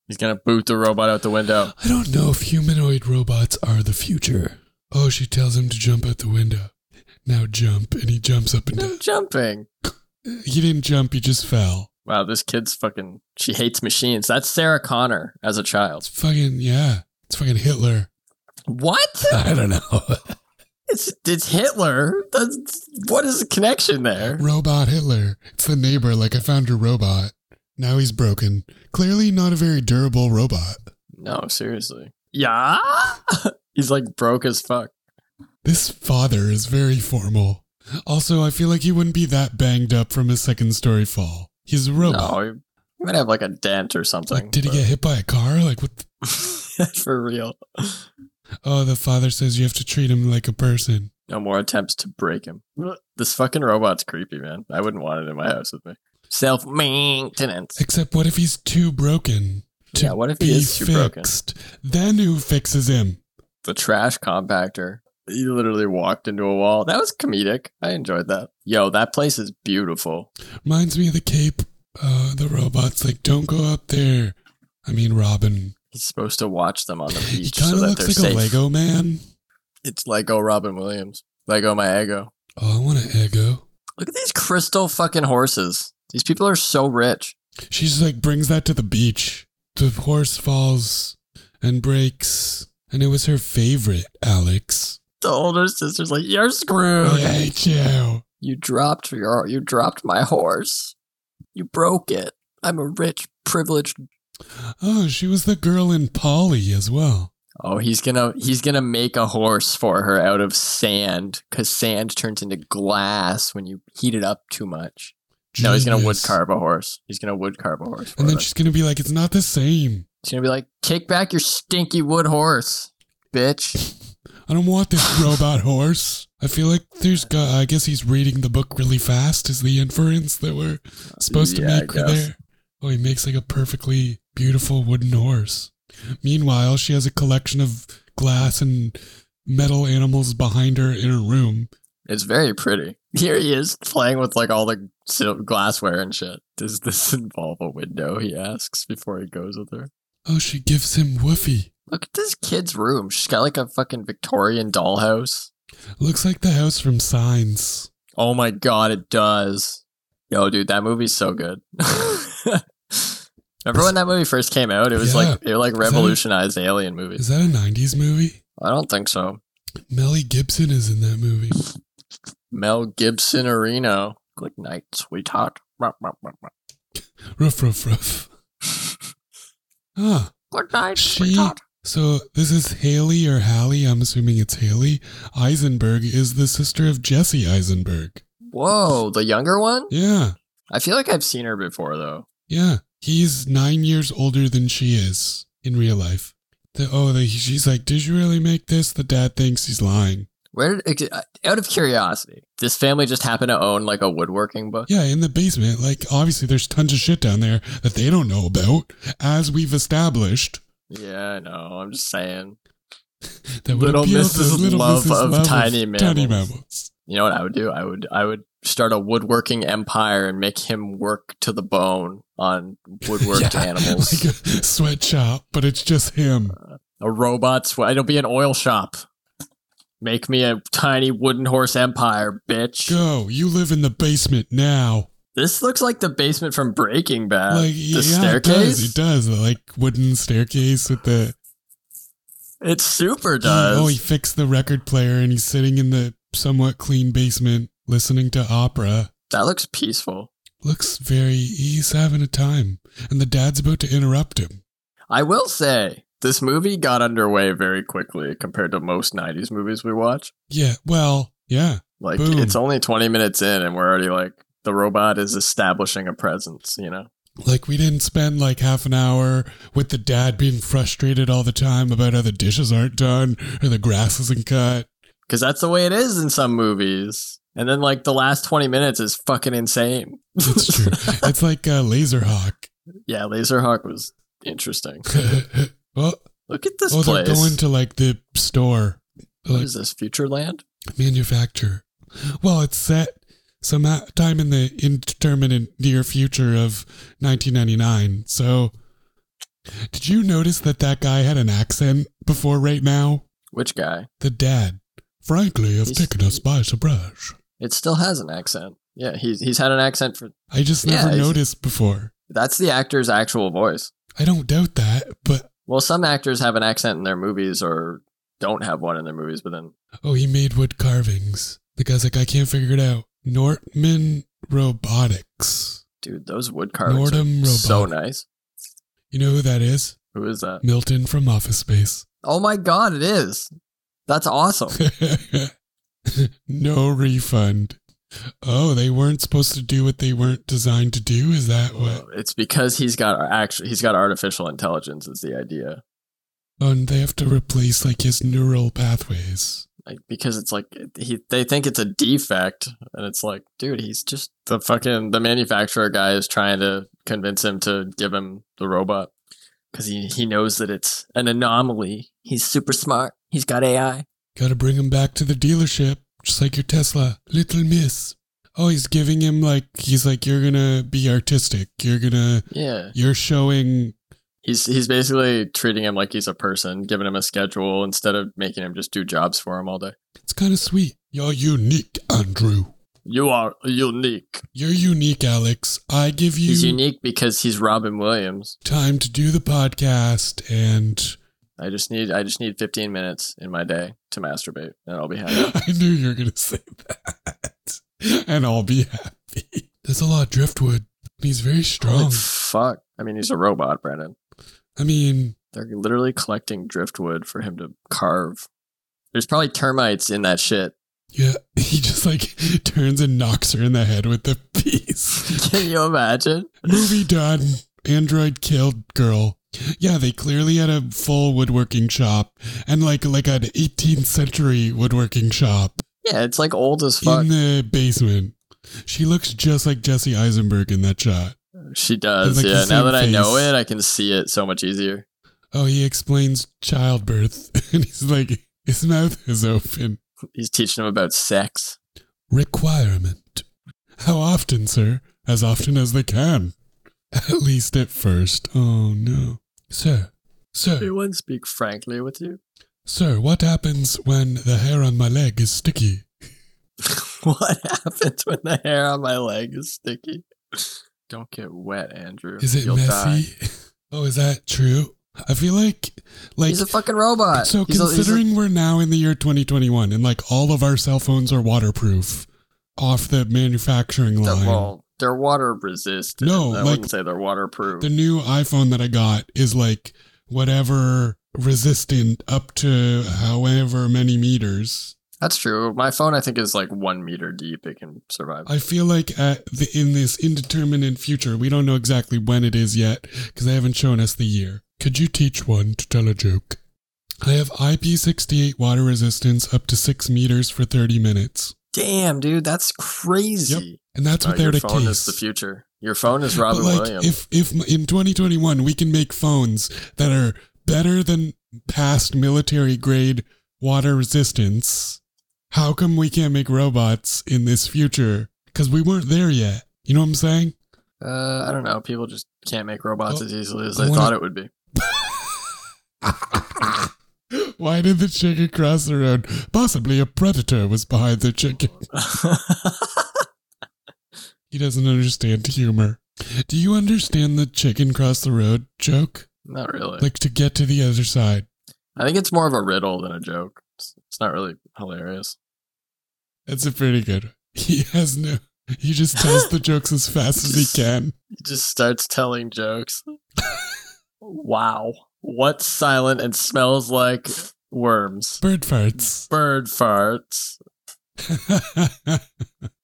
[SPEAKER 2] He's gonna boot the robot out
[SPEAKER 1] *gasps*
[SPEAKER 2] the window.
[SPEAKER 1] I don't know if humanoid robots are the future. Oh, she tells him to jump out the window. Now jump, and he jumps up and
[SPEAKER 2] No
[SPEAKER 1] down.
[SPEAKER 2] jumping.
[SPEAKER 1] He didn't jump, he just fell.
[SPEAKER 2] Wow, this kid's fucking. She hates machines. That's Sarah Connor as a
[SPEAKER 1] It's
[SPEAKER 2] child.
[SPEAKER 1] fucking, yeah. It's fucking
[SPEAKER 2] *laughs*
[SPEAKER 1] Hitler.
[SPEAKER 2] What?
[SPEAKER 3] I don't know.
[SPEAKER 2] It's it's Hitler. That's, what is the connection there?
[SPEAKER 1] *laughs* Robot Hitler. It's the neighbor, like, I found your robot. Now he's broken. Clearly not a very durable robot.
[SPEAKER 2] No, seriously. Yeah. *laughs* He's like broke as fuck.
[SPEAKER 1] This father is very formal. Also, I feel like he wouldn't be that banged up from his second story fall. He's a robot.
[SPEAKER 2] No, he, he might have like a dent or something.
[SPEAKER 1] Oh. like, did he get hit by a car? Like, what? The-
[SPEAKER 2] get *laughs* for real?
[SPEAKER 1] oh, the father says you have to treat him like a person.
[SPEAKER 2] No more attempts to break him. This fucking robot's creepy, man. I wouldn't want it in my house with me. Self maintenance.
[SPEAKER 1] Except what if he's too broken? To
[SPEAKER 2] Yeah, what if
[SPEAKER 1] be
[SPEAKER 2] he is too broken?
[SPEAKER 1] fixed? Then who fixes him?
[SPEAKER 2] The trash compactor. He literally walked into a wall. That was comedic. I enjoyed that. Yo, that place is beautiful.
[SPEAKER 1] Reminds me of the Cape. Uh, the robot's like, don't go up there. I mean, Robin.
[SPEAKER 2] He's supposed to watch them on the
[SPEAKER 1] He
[SPEAKER 2] beach
[SPEAKER 1] kind
[SPEAKER 2] so
[SPEAKER 1] of
[SPEAKER 2] that
[SPEAKER 1] looks
[SPEAKER 2] they're
[SPEAKER 1] like
[SPEAKER 2] safe.
[SPEAKER 1] a Lego man.
[SPEAKER 2] It's Lego Robin Williams. Lego my ego.
[SPEAKER 1] Oh, I want an ego.
[SPEAKER 2] Look at these crystal fucking horses. These people are so rich.
[SPEAKER 1] She just like brings that to the beach. The horse falls and breaks, and it was her favorite, Alex. Oh,
[SPEAKER 2] The older sister's like, "You're screwed.
[SPEAKER 1] I hate you.
[SPEAKER 2] You dropped your you dropped my horse. You broke it. I'm a rich, privileged.
[SPEAKER 1] Oh, she was the girl in Polly as well.
[SPEAKER 2] Oh, he's gonna he's gonna make a horse for her out of sand because sand turns into glass when you heat it up too much. No, he's gonna wood
[SPEAKER 1] Genius.
[SPEAKER 2] carve a horse. He's gonna wood carve a horse. For
[SPEAKER 1] And then
[SPEAKER 2] her.
[SPEAKER 1] she's gonna be like, "It's not the same.
[SPEAKER 2] she's gonna be like, "Take back your stinky wood horse, bitch."
[SPEAKER 1] I don't want this robot horse." I feel like there's. go- I guess he's reading the book really fast. Is the inference that we're supposed
[SPEAKER 2] Yeah, I
[SPEAKER 1] to make her
[SPEAKER 2] guess.
[SPEAKER 1] there? Oh, he makes like a perfectly beautiful wooden horse. Meanwhile, she has a collection of glass and metal animals behind her in her room.
[SPEAKER 2] It's very pretty. Here he is playing with like all the sil- glassware and shit. Does this *laughs* involve a window? He asks before he goes with her.
[SPEAKER 1] Oh, she gives him woofy.
[SPEAKER 2] Look at this kid's room. She's got like a fucking Victorian dollhouse.
[SPEAKER 1] Looks like the house from Signs.
[SPEAKER 2] Oh my god, it does. Yo, dude, that movie's so good. *laughs* Remember when that movie first came out? It was
[SPEAKER 1] Yeah.
[SPEAKER 2] like it like revolutionized alien movies.
[SPEAKER 1] Is that a '90s movie?
[SPEAKER 2] I don't think so.
[SPEAKER 1] Melly Gibson is in that movie.
[SPEAKER 2] Mel Gibson Areno. Good night, sweetheart. Mwah, mwah, mwah, mwah.
[SPEAKER 1] Ruff, ruff, ruff. *laughs* Ah,
[SPEAKER 2] Good night,
[SPEAKER 1] She-
[SPEAKER 2] sweetheart.
[SPEAKER 1] So this is Haley or Hallie. I'm assuming it's Haley. Eisenberg is the sister of Jesse Eisenberg.
[SPEAKER 2] Whoa, the younger one?
[SPEAKER 1] Yeah,
[SPEAKER 2] I feel like I've seen her before though.
[SPEAKER 1] yeah. He's nine years older than she is in real life. The, oh, the, she's like, did you really make this? The dad thinks he's lying.
[SPEAKER 2] Where did ex- out of curiosity, this family just happened to own like a woodworking book?
[SPEAKER 1] Yeah, in the basement. Like, obviously, there's tons of shit down there that they don't know about, as we've established.
[SPEAKER 2] Yeah, I know. I'm just saying.
[SPEAKER 1] That would
[SPEAKER 2] Little
[SPEAKER 1] appeal to
[SPEAKER 2] Mrs.
[SPEAKER 1] Little
[SPEAKER 2] Love
[SPEAKER 1] Mrs.
[SPEAKER 2] of tiny
[SPEAKER 1] Tiny
[SPEAKER 2] mammals.
[SPEAKER 1] mammals. *laughs*
[SPEAKER 2] You know what I would do? I would I would start a woodworking empire and make him work to the bone on
[SPEAKER 1] *laughs*
[SPEAKER 2] woodworked
[SPEAKER 1] Yeah,
[SPEAKER 2] animals.
[SPEAKER 1] Like a sweatshop, but it's just him.
[SPEAKER 2] a robot sweat. It'll be an oil shop. Make me a tiny wooden horse empire, bitch.
[SPEAKER 1] Go. You live in the basement now.
[SPEAKER 2] This looks like the basement from Breaking Bad.
[SPEAKER 1] like
[SPEAKER 2] Uh, the
[SPEAKER 1] yeah,
[SPEAKER 2] staircase.
[SPEAKER 1] It does, it does. The, like wooden staircase with the.
[SPEAKER 2] It super does.
[SPEAKER 1] oh, he fixed the record player and he's sitting in the somewhat clean basement listening to opera.
[SPEAKER 2] that looks peaceful.
[SPEAKER 1] Looks very. He's having a time, and the dad's about to interrupt him.
[SPEAKER 2] I will say this movie got underway very quickly compared to most 90s movies we watch.
[SPEAKER 1] Yeah. Well. Yeah.
[SPEAKER 2] Like
[SPEAKER 1] Boom.
[SPEAKER 2] it's only 20 minutes in and we're already like the robot is establishing a presence, you know.
[SPEAKER 1] Like we didn't spend like half an hour with the dad being frustrated all the time about how the dishes aren't done or the grass isn't cut.
[SPEAKER 2] Cuz that's the way it is in some movies. And then like the last 20 minutes is fucking insane. *laughs*
[SPEAKER 1] It's true. it's like uh, Laserhawk.
[SPEAKER 2] yeah, Laserhawk was interesting.
[SPEAKER 1] *laughs* well,
[SPEAKER 2] Look at this
[SPEAKER 1] oh,
[SPEAKER 2] place.
[SPEAKER 1] they're going to like the store,
[SPEAKER 2] what
[SPEAKER 1] like
[SPEAKER 2] is this Futureland?
[SPEAKER 1] manufacturer. Well, it's set some a- time in the indeterminate near future of 1999. So, did you notice that that guy had an accent before right now?
[SPEAKER 2] Which guy?
[SPEAKER 1] The dad. Frankly, I've
[SPEAKER 2] He's-
[SPEAKER 1] taken us by surprise.
[SPEAKER 2] It still has an accent. Yeah, he's he's had an accent for
[SPEAKER 1] I just
[SPEAKER 2] Yeah,
[SPEAKER 1] never
[SPEAKER 2] he's-
[SPEAKER 1] noticed before.
[SPEAKER 2] that's the actor's actual voice.
[SPEAKER 1] I don't doubt that, but
[SPEAKER 2] Well, some actors have an accent in their movies or don't have one in their movies, but then
[SPEAKER 1] oh, he made wood carvings. The guy's like, I can't figure it out. Nortman Robotics.
[SPEAKER 2] dude, those wood carvings are
[SPEAKER 1] Nordum Robotics.
[SPEAKER 2] so nice.
[SPEAKER 1] You know who that is?
[SPEAKER 2] Who is that?
[SPEAKER 1] Milton from Office Space. *laughs*
[SPEAKER 2] Oh my god, it is. That's awesome.
[SPEAKER 1] no refund. Oh, they weren't supposed to do what they weren't designed to do? Is that what?
[SPEAKER 2] it's because he's got actually he's got artificial intelligence is the idea.
[SPEAKER 1] Um, Oh, and they have to replace like his neural pathways.
[SPEAKER 2] like because it's like he they think it's a defect, and it's like, dude, he's just the fucking the manufacturer guy is trying to convince him to give him the robot because he he knows that it's an anomaly. He's super smart. He's got AI.
[SPEAKER 1] Gotta bring him back to the dealership, just like your Tesla. Little miss. Oh, he's giving him like, he's like, you're gonna be artistic. You're gonna,
[SPEAKER 2] Yeah,
[SPEAKER 1] you're showing,
[SPEAKER 2] he's he's basically treating him like he's a person, giving him a schedule instead of making him just do jobs for him all day.
[SPEAKER 1] it's kind of sweet. You're unique, Andrew.
[SPEAKER 2] You are unique.
[SPEAKER 1] You're unique, Alex. I give you
[SPEAKER 2] He's unique because he's Robin Williams.
[SPEAKER 1] time to do the podcast and
[SPEAKER 2] I just need I just need 15 minutes in my day to masturbate, and I'll
[SPEAKER 1] *gasps*
[SPEAKER 2] be happy.
[SPEAKER 1] *laughs* I knew you were going to say that. *laughs* And I'll be happy. There's a lot of driftwood. He's very strong.
[SPEAKER 2] Like, fuck. I mean, he's a robot, Brandon.
[SPEAKER 1] I mean,
[SPEAKER 2] They're literally collecting driftwood for him to carve. There's probably termites in that shit. *laughs*
[SPEAKER 1] yeah, *laughs* he just like turns and knocks her in the head with the *laughs* piece.
[SPEAKER 2] Can you imagine?
[SPEAKER 1] Movie done. Android killed girl. Yeah, they clearly had a full woodworking shop and like like an 18th century woodworking shop
[SPEAKER 2] Yeah, it's like old as fuck.
[SPEAKER 1] in the basement. She looks just like Jesse Eisenberg in that shot.
[SPEAKER 2] She
[SPEAKER 1] It's
[SPEAKER 2] does.
[SPEAKER 1] like the
[SPEAKER 2] yeah. Now
[SPEAKER 1] same
[SPEAKER 2] that I know
[SPEAKER 1] face.
[SPEAKER 2] it, I can see it so much easier.
[SPEAKER 1] Oh, he explains childbirth, *laughs* and he's like, his mouth is open.
[SPEAKER 2] He's teaching him about sex.
[SPEAKER 1] Requirement. How often, sir? As often as they can. At least at first. Oh, no. Sir,
[SPEAKER 2] He
[SPEAKER 1] sir,
[SPEAKER 2] wouldn't speak frankly with you.
[SPEAKER 1] sir, what happens when the hair on my leg is sticky?
[SPEAKER 2] *laughs* what happens when the hair on my leg is sticky? Don't get wet, Andrew.
[SPEAKER 1] Is it
[SPEAKER 2] You'll die.
[SPEAKER 1] messy? *laughs* Oh, is that true? I feel like, like,
[SPEAKER 2] he's a fucking robot.
[SPEAKER 1] so
[SPEAKER 2] He's a- he's a-
[SPEAKER 1] considering we're now in the year 2021 and like all of our cell phones are waterproof off the manufacturing
[SPEAKER 2] they're-
[SPEAKER 1] line.
[SPEAKER 2] *laughs* well, they're water resistant.
[SPEAKER 1] No,
[SPEAKER 2] I
[SPEAKER 1] like-
[SPEAKER 2] wouldn't say they're waterproof.
[SPEAKER 1] the new iPhone that I got is like whatever resistant up to however many meters.
[SPEAKER 2] That's true. My phone, I think, is like one meter deep. It can survive.
[SPEAKER 1] I feel like at the, in this indeterminate future, we don't know exactly when it is yet because they haven't shown us the year. Could you teach one to tell a joke? I have IP68 water resistance up to six meters for 30 minutes.
[SPEAKER 2] Damn, dude, that's crazy.
[SPEAKER 1] And that's
[SPEAKER 2] Uh, your
[SPEAKER 1] without a
[SPEAKER 2] phone
[SPEAKER 1] case.
[SPEAKER 2] is the future. Your phone is Robin
[SPEAKER 1] but like,
[SPEAKER 2] Williams.
[SPEAKER 1] if if in 2021 we can make phones that are better than past military grade water resistance, how come we can't make robots in this future? Because we weren't there yet. You know what I'm saying?
[SPEAKER 2] uh, I don't know. People just can't make robots
[SPEAKER 1] Oh,
[SPEAKER 2] as easily as
[SPEAKER 1] I
[SPEAKER 2] they
[SPEAKER 1] wanna-
[SPEAKER 2] thought it would
[SPEAKER 1] *laughs*
[SPEAKER 2] be.
[SPEAKER 1] Why did the chick across the road? Possibly a predator was behind the chicken. He doesn't understand humor. Do you understand the chicken cross the road joke?
[SPEAKER 2] Not really.
[SPEAKER 1] Like to get to the other side.
[SPEAKER 2] I think it's more of a riddle than a joke. It's, it's not really hilarious.
[SPEAKER 1] That's a pretty good. one. *laughs* He has no. He just tells the jokes as fast as he can.
[SPEAKER 2] He just starts telling jokes. wow. What's silent and smells like worms?
[SPEAKER 1] Bird farts. *laughs*
[SPEAKER 2] Bird farts.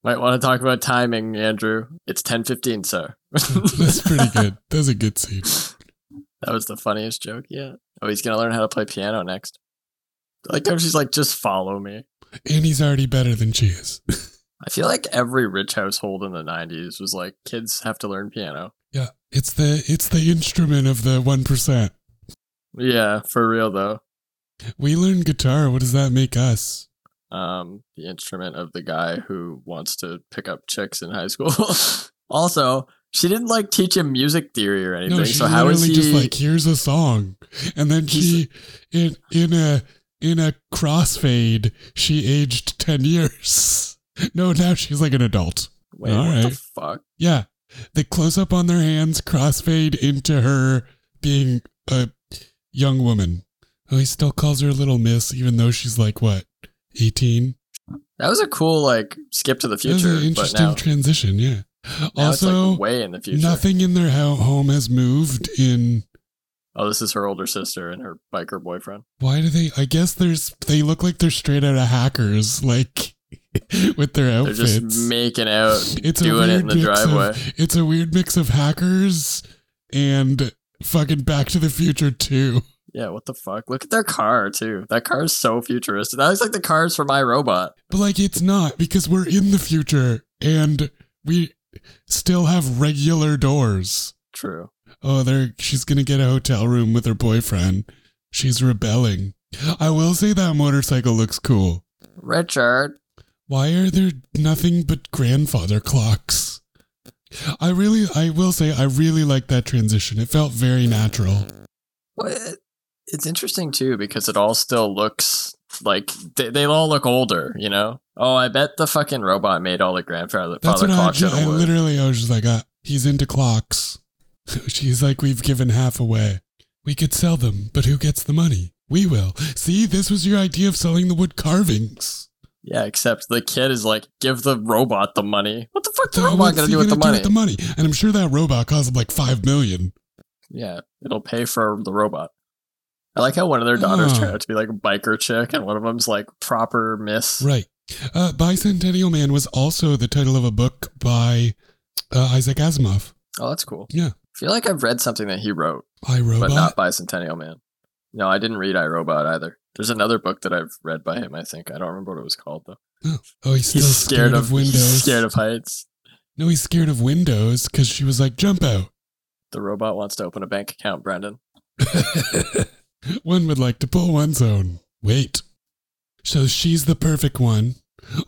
[SPEAKER 2] Might want to talk about timing, Andrew. It's 10:15, sir.
[SPEAKER 1] That's pretty good. That's a good scene.
[SPEAKER 2] *laughs* That was the funniest joke yet. Oh, he's going to learn how to play piano next. Like how she's like just follow me.
[SPEAKER 1] And he's already better than she is.
[SPEAKER 2] I feel like every rich household in the 90s was like kids have to learn piano.
[SPEAKER 1] Yeah, it's the it's the instrument of the one percent.
[SPEAKER 2] Yeah, for real though.
[SPEAKER 1] We learn guitar. What does that make us?
[SPEAKER 2] um, the instrument of the guy who wants to pick up chicks in high school. *laughs* also, she didn't like teach him music theory or anything.
[SPEAKER 1] No, she's
[SPEAKER 2] so how is
[SPEAKER 1] literally
[SPEAKER 2] he?
[SPEAKER 1] just like here's a song, and then she in in a in a crossfade she aged ten years. *laughs* No, now she's like an adult.
[SPEAKER 2] Wait,
[SPEAKER 1] All
[SPEAKER 2] what
[SPEAKER 1] right.
[SPEAKER 2] the fuck?
[SPEAKER 1] Yeah. The close up on their hands crossfade into her being a young woman. Oh, he still calls her little miss, even though she's like, what, 18?
[SPEAKER 2] That was a cool like skip to the
[SPEAKER 1] That was an
[SPEAKER 2] future, but
[SPEAKER 1] interesting
[SPEAKER 2] now,
[SPEAKER 1] transition, yeah.
[SPEAKER 2] now it's
[SPEAKER 1] also,
[SPEAKER 2] like way in the future.
[SPEAKER 1] nothing in their ho- home has moved in.
[SPEAKER 2] Oh, this is her older sister and her biker boyfriend.
[SPEAKER 1] Why do they? I guess there's. They look like they're straight out of hackers, like *laughs* with their
[SPEAKER 2] They're
[SPEAKER 1] outfits.
[SPEAKER 2] just making out,
[SPEAKER 1] *laughs* it's a
[SPEAKER 2] doing
[SPEAKER 1] weird
[SPEAKER 2] it in the
[SPEAKER 1] mix of-
[SPEAKER 2] driveway.
[SPEAKER 1] it's a weird mix of hackers and fucking Back to the Future too.
[SPEAKER 2] Yeah, what the fuck? Look at their car too. That car is so futuristic. That looks like the cars for My Robot.
[SPEAKER 1] But like it's not because we're in the future and we still have regular doors.
[SPEAKER 2] True.
[SPEAKER 1] Oh, they're she's gonna get a hotel room with her boyfriend. She's rebelling. I will say that motorcycle looks cool.
[SPEAKER 2] Richard.
[SPEAKER 1] Why are there nothing but grandfather clocks? I really I will say I really like that transition. It felt very natural.
[SPEAKER 2] What? eh, It's interesting too because it all still looks like they, they all look older, you know? Oh, I bet the fucking robot made all the grandfather
[SPEAKER 1] That's
[SPEAKER 2] father
[SPEAKER 1] what I,
[SPEAKER 2] clocks
[SPEAKER 1] ju-
[SPEAKER 2] out
[SPEAKER 1] I
[SPEAKER 2] of wood.
[SPEAKER 1] literally I was just like, uh, he's into clocks. *laughs* She's like, we've given half away. We could sell them, but who gets the money? We will. See, this was your idea of selling the wood carvings.
[SPEAKER 2] Yeah, except the kid is like, give the robot the money. What the fuck's the
[SPEAKER 1] So
[SPEAKER 2] robot
[SPEAKER 1] what's
[SPEAKER 2] gonna
[SPEAKER 1] he
[SPEAKER 2] do with the money?
[SPEAKER 1] with the money? And I'm sure that robot cost like five million.
[SPEAKER 2] yeah, it'll pay for the robot. I like how one of their daughters
[SPEAKER 1] Oh.
[SPEAKER 2] turned out to be like a biker chick, and one of them's like proper miss.
[SPEAKER 1] Right. Uh, Bicentennial Man was also the title of a book by uh, Isaac Asimov.
[SPEAKER 2] Oh, that's cool.
[SPEAKER 1] Yeah.
[SPEAKER 2] I feel like I've read something that he wrote,
[SPEAKER 1] I Robot.
[SPEAKER 2] but not Bicentennial Man. No, I didn't read I Robot either. There's another book that I've read by him. I think I don't remember what it was called though.
[SPEAKER 1] oh, he's still
[SPEAKER 2] He's scared, of,
[SPEAKER 1] windows.
[SPEAKER 2] He's scared of heights.
[SPEAKER 1] no, he's scared of windows because she was like, "Jump out."
[SPEAKER 2] The robot wants to open a bank account. Brendan.
[SPEAKER 1] One would like to pull one's own. Wait. So she's the perfect one.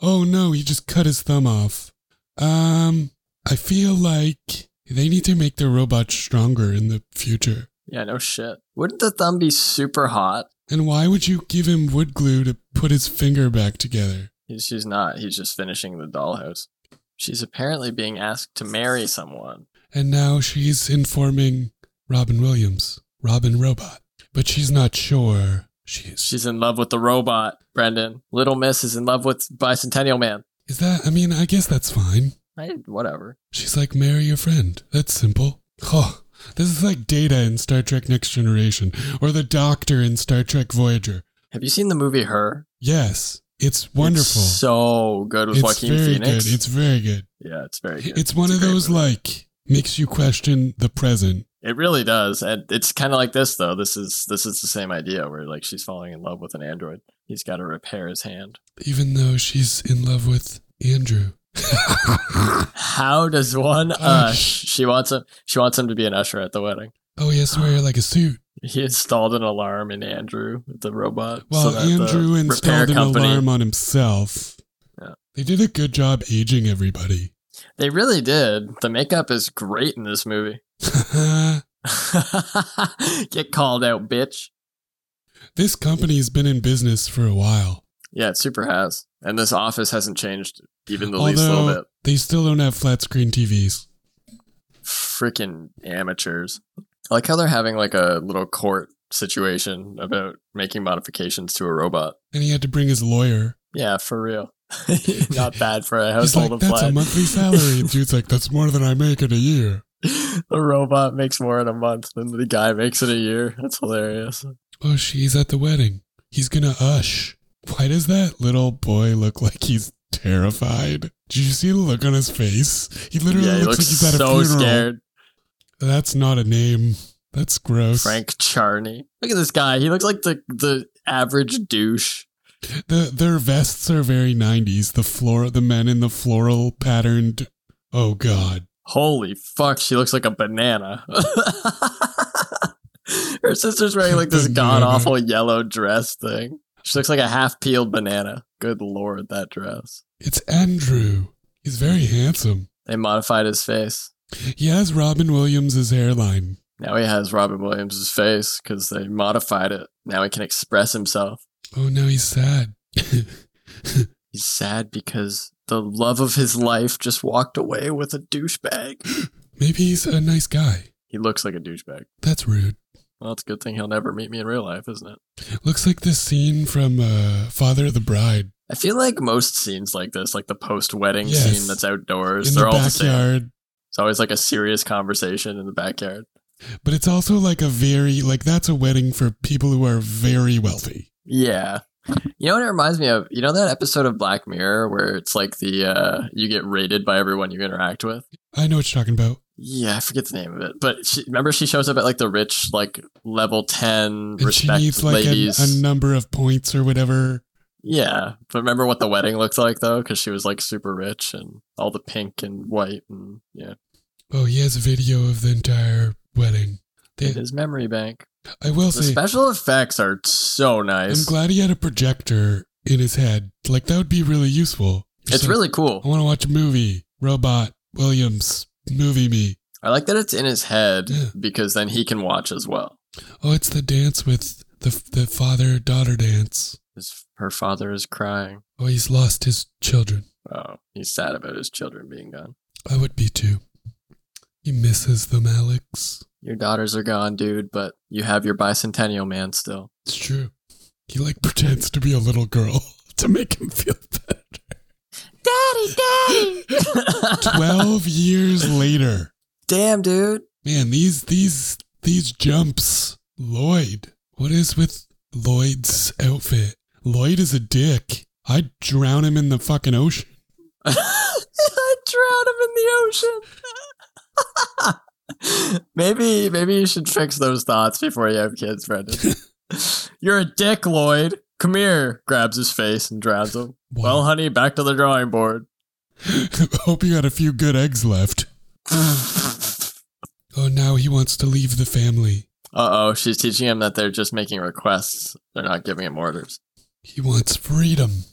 [SPEAKER 1] Oh no, he just cut his thumb off. Um, I feel like they need to make the robot stronger in the future.
[SPEAKER 2] Yeah, no shit. Wouldn't the thumb be super hot?
[SPEAKER 1] And why would you give him wood glue to put his finger back together?
[SPEAKER 2] He's- She's not. He's just finishing the dollhouse. She's apparently being asked to marry someone.
[SPEAKER 1] And now she's informing Robin Williams, Robin Robot. But she's not sure. She's.
[SPEAKER 2] She's in love with the robot, Brendan. Little Miss is in love with Bicentennial Man.
[SPEAKER 1] Is that. I mean, I guess that's fine.
[SPEAKER 2] I, whatever.
[SPEAKER 1] She's like, marry your friend. That's simple. Oh, this is like Data in Star Trek Next Generation or the Doctor in Star Trek Voyager.
[SPEAKER 2] Have you seen the movie Her?
[SPEAKER 1] Yes, it's wonderful.
[SPEAKER 2] It's so good with
[SPEAKER 1] It's
[SPEAKER 2] Joaquin
[SPEAKER 1] very
[SPEAKER 2] Phoenix.
[SPEAKER 1] good. It's very good.
[SPEAKER 2] yeah, it's very good.
[SPEAKER 1] It's one
[SPEAKER 2] a
[SPEAKER 1] of
[SPEAKER 2] great
[SPEAKER 1] those
[SPEAKER 2] movie.
[SPEAKER 1] like makes you question the present.
[SPEAKER 2] It really does, and it's kind of like this though. This is this is the same idea where like she's falling in love with an android. He's got to repair his hand.
[SPEAKER 1] Even though she's in love with
[SPEAKER 2] *laughs*
[SPEAKER 1] Andrew.
[SPEAKER 2] How
[SPEAKER 1] *laughs*
[SPEAKER 2] does one
[SPEAKER 1] Gosh.
[SPEAKER 2] ush? She wants him. She wants him to be an usher at the wedding.
[SPEAKER 1] Oh, he has to wear like a suit.
[SPEAKER 2] He installed an alarm in Andrew, the robot.
[SPEAKER 1] Well,
[SPEAKER 2] that the
[SPEAKER 1] Andrew
[SPEAKER 2] repair
[SPEAKER 1] installed an
[SPEAKER 2] company-
[SPEAKER 1] alarm on himself.
[SPEAKER 2] Yeah.
[SPEAKER 1] They did a good job aging everybody. *laughs*
[SPEAKER 2] They really did. The makeup is great in this movie. *laughs* Get called out, bitch.
[SPEAKER 1] this company's been in business for a while.
[SPEAKER 2] Yeah, it super has. And this office hasn't changed even the least little bit.
[SPEAKER 1] They still don't have flat screen TVs.
[SPEAKER 2] Freaking amateurs. I like how they're having like a little court situation about making modifications to a robot.
[SPEAKER 1] And he had to bring his lawyer.
[SPEAKER 2] Yeah, for real. *laughs* Not bad for
[SPEAKER 1] *laughs*
[SPEAKER 2] a
[SPEAKER 1] He's
[SPEAKER 2] household
[SPEAKER 1] like,
[SPEAKER 2] of
[SPEAKER 1] that's a
[SPEAKER 2] flat. *laughs*
[SPEAKER 1] monthly salary. And dude's like, that's more than I make in a year.
[SPEAKER 2] the robot makes more in a month than the guy makes in a year. That's hilarious.
[SPEAKER 1] Oh, she's at the wedding. He's going to ush. Why does that little boy look like he's terrified? Did you see the look on his face? He literally
[SPEAKER 2] yeah, he
[SPEAKER 1] looks,
[SPEAKER 2] looks
[SPEAKER 1] like he's at a
[SPEAKER 2] so
[SPEAKER 1] funeral.
[SPEAKER 2] scared.
[SPEAKER 1] That's not a name. That's gross.
[SPEAKER 2] Frank Charney. Look at this guy. He looks like the the average douche.
[SPEAKER 1] The, their vests are very 90s. The floor, the men in the floral patterned. Oh, God.
[SPEAKER 2] Holy fuck, she looks like a banana. *laughs* Her sister's wearing like this
[SPEAKER 1] Banana.
[SPEAKER 2] god awful yellow dress thing. She looks like a half peeled banana. Good lord, that dress.
[SPEAKER 1] It's Andrew. He's very handsome.
[SPEAKER 2] They modified his face.
[SPEAKER 1] He has Robin Williams' hairline.
[SPEAKER 2] Now he has Robin Williams' face because they modified it. Now he can express himself.
[SPEAKER 1] Oh, now he's sad.
[SPEAKER 2] He's sad because the love of his life just walked away with a douchebag.
[SPEAKER 1] Maybe he's a nice guy.
[SPEAKER 2] He looks like a douchebag.
[SPEAKER 1] That's rude.
[SPEAKER 2] Well, it's a good thing he'll never meet me in real life, isn't it?
[SPEAKER 1] Looks like this scene from uh, Father of the Bride
[SPEAKER 2] I feel like most scenes like this, like the post wedding
[SPEAKER 1] Yes.
[SPEAKER 2] scene that's outdoors,
[SPEAKER 1] in
[SPEAKER 2] they're
[SPEAKER 1] the
[SPEAKER 2] all the same.
[SPEAKER 1] backyard.
[SPEAKER 2] It's always like a serious conversation in the backyard.
[SPEAKER 1] But it's also like a very, like, that's a wedding for people who are very wealthy.
[SPEAKER 2] Yeah. You know what it reminds me of? You know that episode of Black Mirror where it's like the uh you get rated by everyone you interact with?
[SPEAKER 1] I know what you're talking about.
[SPEAKER 2] Yeah, I forget the name of it, but she, remember she shows up at like the rich, like level ten
[SPEAKER 1] And she
[SPEAKER 2] respect
[SPEAKER 1] needs like a,
[SPEAKER 2] ladies.
[SPEAKER 1] a number of points or whatever.
[SPEAKER 2] yeah, but remember what the wedding looked like though, because she was like super rich and all the pink and white and yeah,
[SPEAKER 1] Oh, he has a video of the entire wedding. They-
[SPEAKER 2] in his memory bank.
[SPEAKER 1] I will
[SPEAKER 2] The
[SPEAKER 1] say,
[SPEAKER 2] special effects are so
[SPEAKER 1] I'm
[SPEAKER 2] nice.
[SPEAKER 1] glad he had a projector in his head. Like that would be really useful. Just
[SPEAKER 2] It's
[SPEAKER 1] like,
[SPEAKER 2] really
[SPEAKER 1] I
[SPEAKER 2] cool.
[SPEAKER 1] want to watch a movie. Robot Williams movie me.
[SPEAKER 2] I like that it's in his head
[SPEAKER 1] Yeah.
[SPEAKER 2] because then he can watch as well.
[SPEAKER 1] Oh, it's the dance with the the father daughter dance.
[SPEAKER 2] His, her father is crying.
[SPEAKER 1] Oh, he's lost his children.
[SPEAKER 2] Oh, he's sad about his children being gone.
[SPEAKER 1] I would be too. He misses them, Alex.
[SPEAKER 2] Your daughters are gone, dude, but you have your bicentennial man still.
[SPEAKER 1] It's true. He like *laughs* pretends to be a little girl *laughs* to make him feel
[SPEAKER 2] *laughs*
[SPEAKER 1] better. Twelve years later,
[SPEAKER 2] *laughs* Damn, dude.
[SPEAKER 1] man, these these these jumps. Lloyd, what is with Lloyd's outfit? Lloyd is a dick. I'd drown him in the fucking ocean.
[SPEAKER 2] I drowned him in the ocean. *laughs* maybe, maybe you should fix those thoughts before you have kids, Brendan. *laughs* You're a dick, Lloyd. Come here. Grabs his face and drowns him. Well,
[SPEAKER 1] Wow. *laughs*
[SPEAKER 2] honey, back to the drawing board. *laughs*
[SPEAKER 1] hope you had a few good eggs left.
[SPEAKER 2] uh
[SPEAKER 1] Oh, now he wants to leave the family.
[SPEAKER 2] oh, she's teaching him that they're just making requests. They're not giving him orders.
[SPEAKER 1] He wants freedom.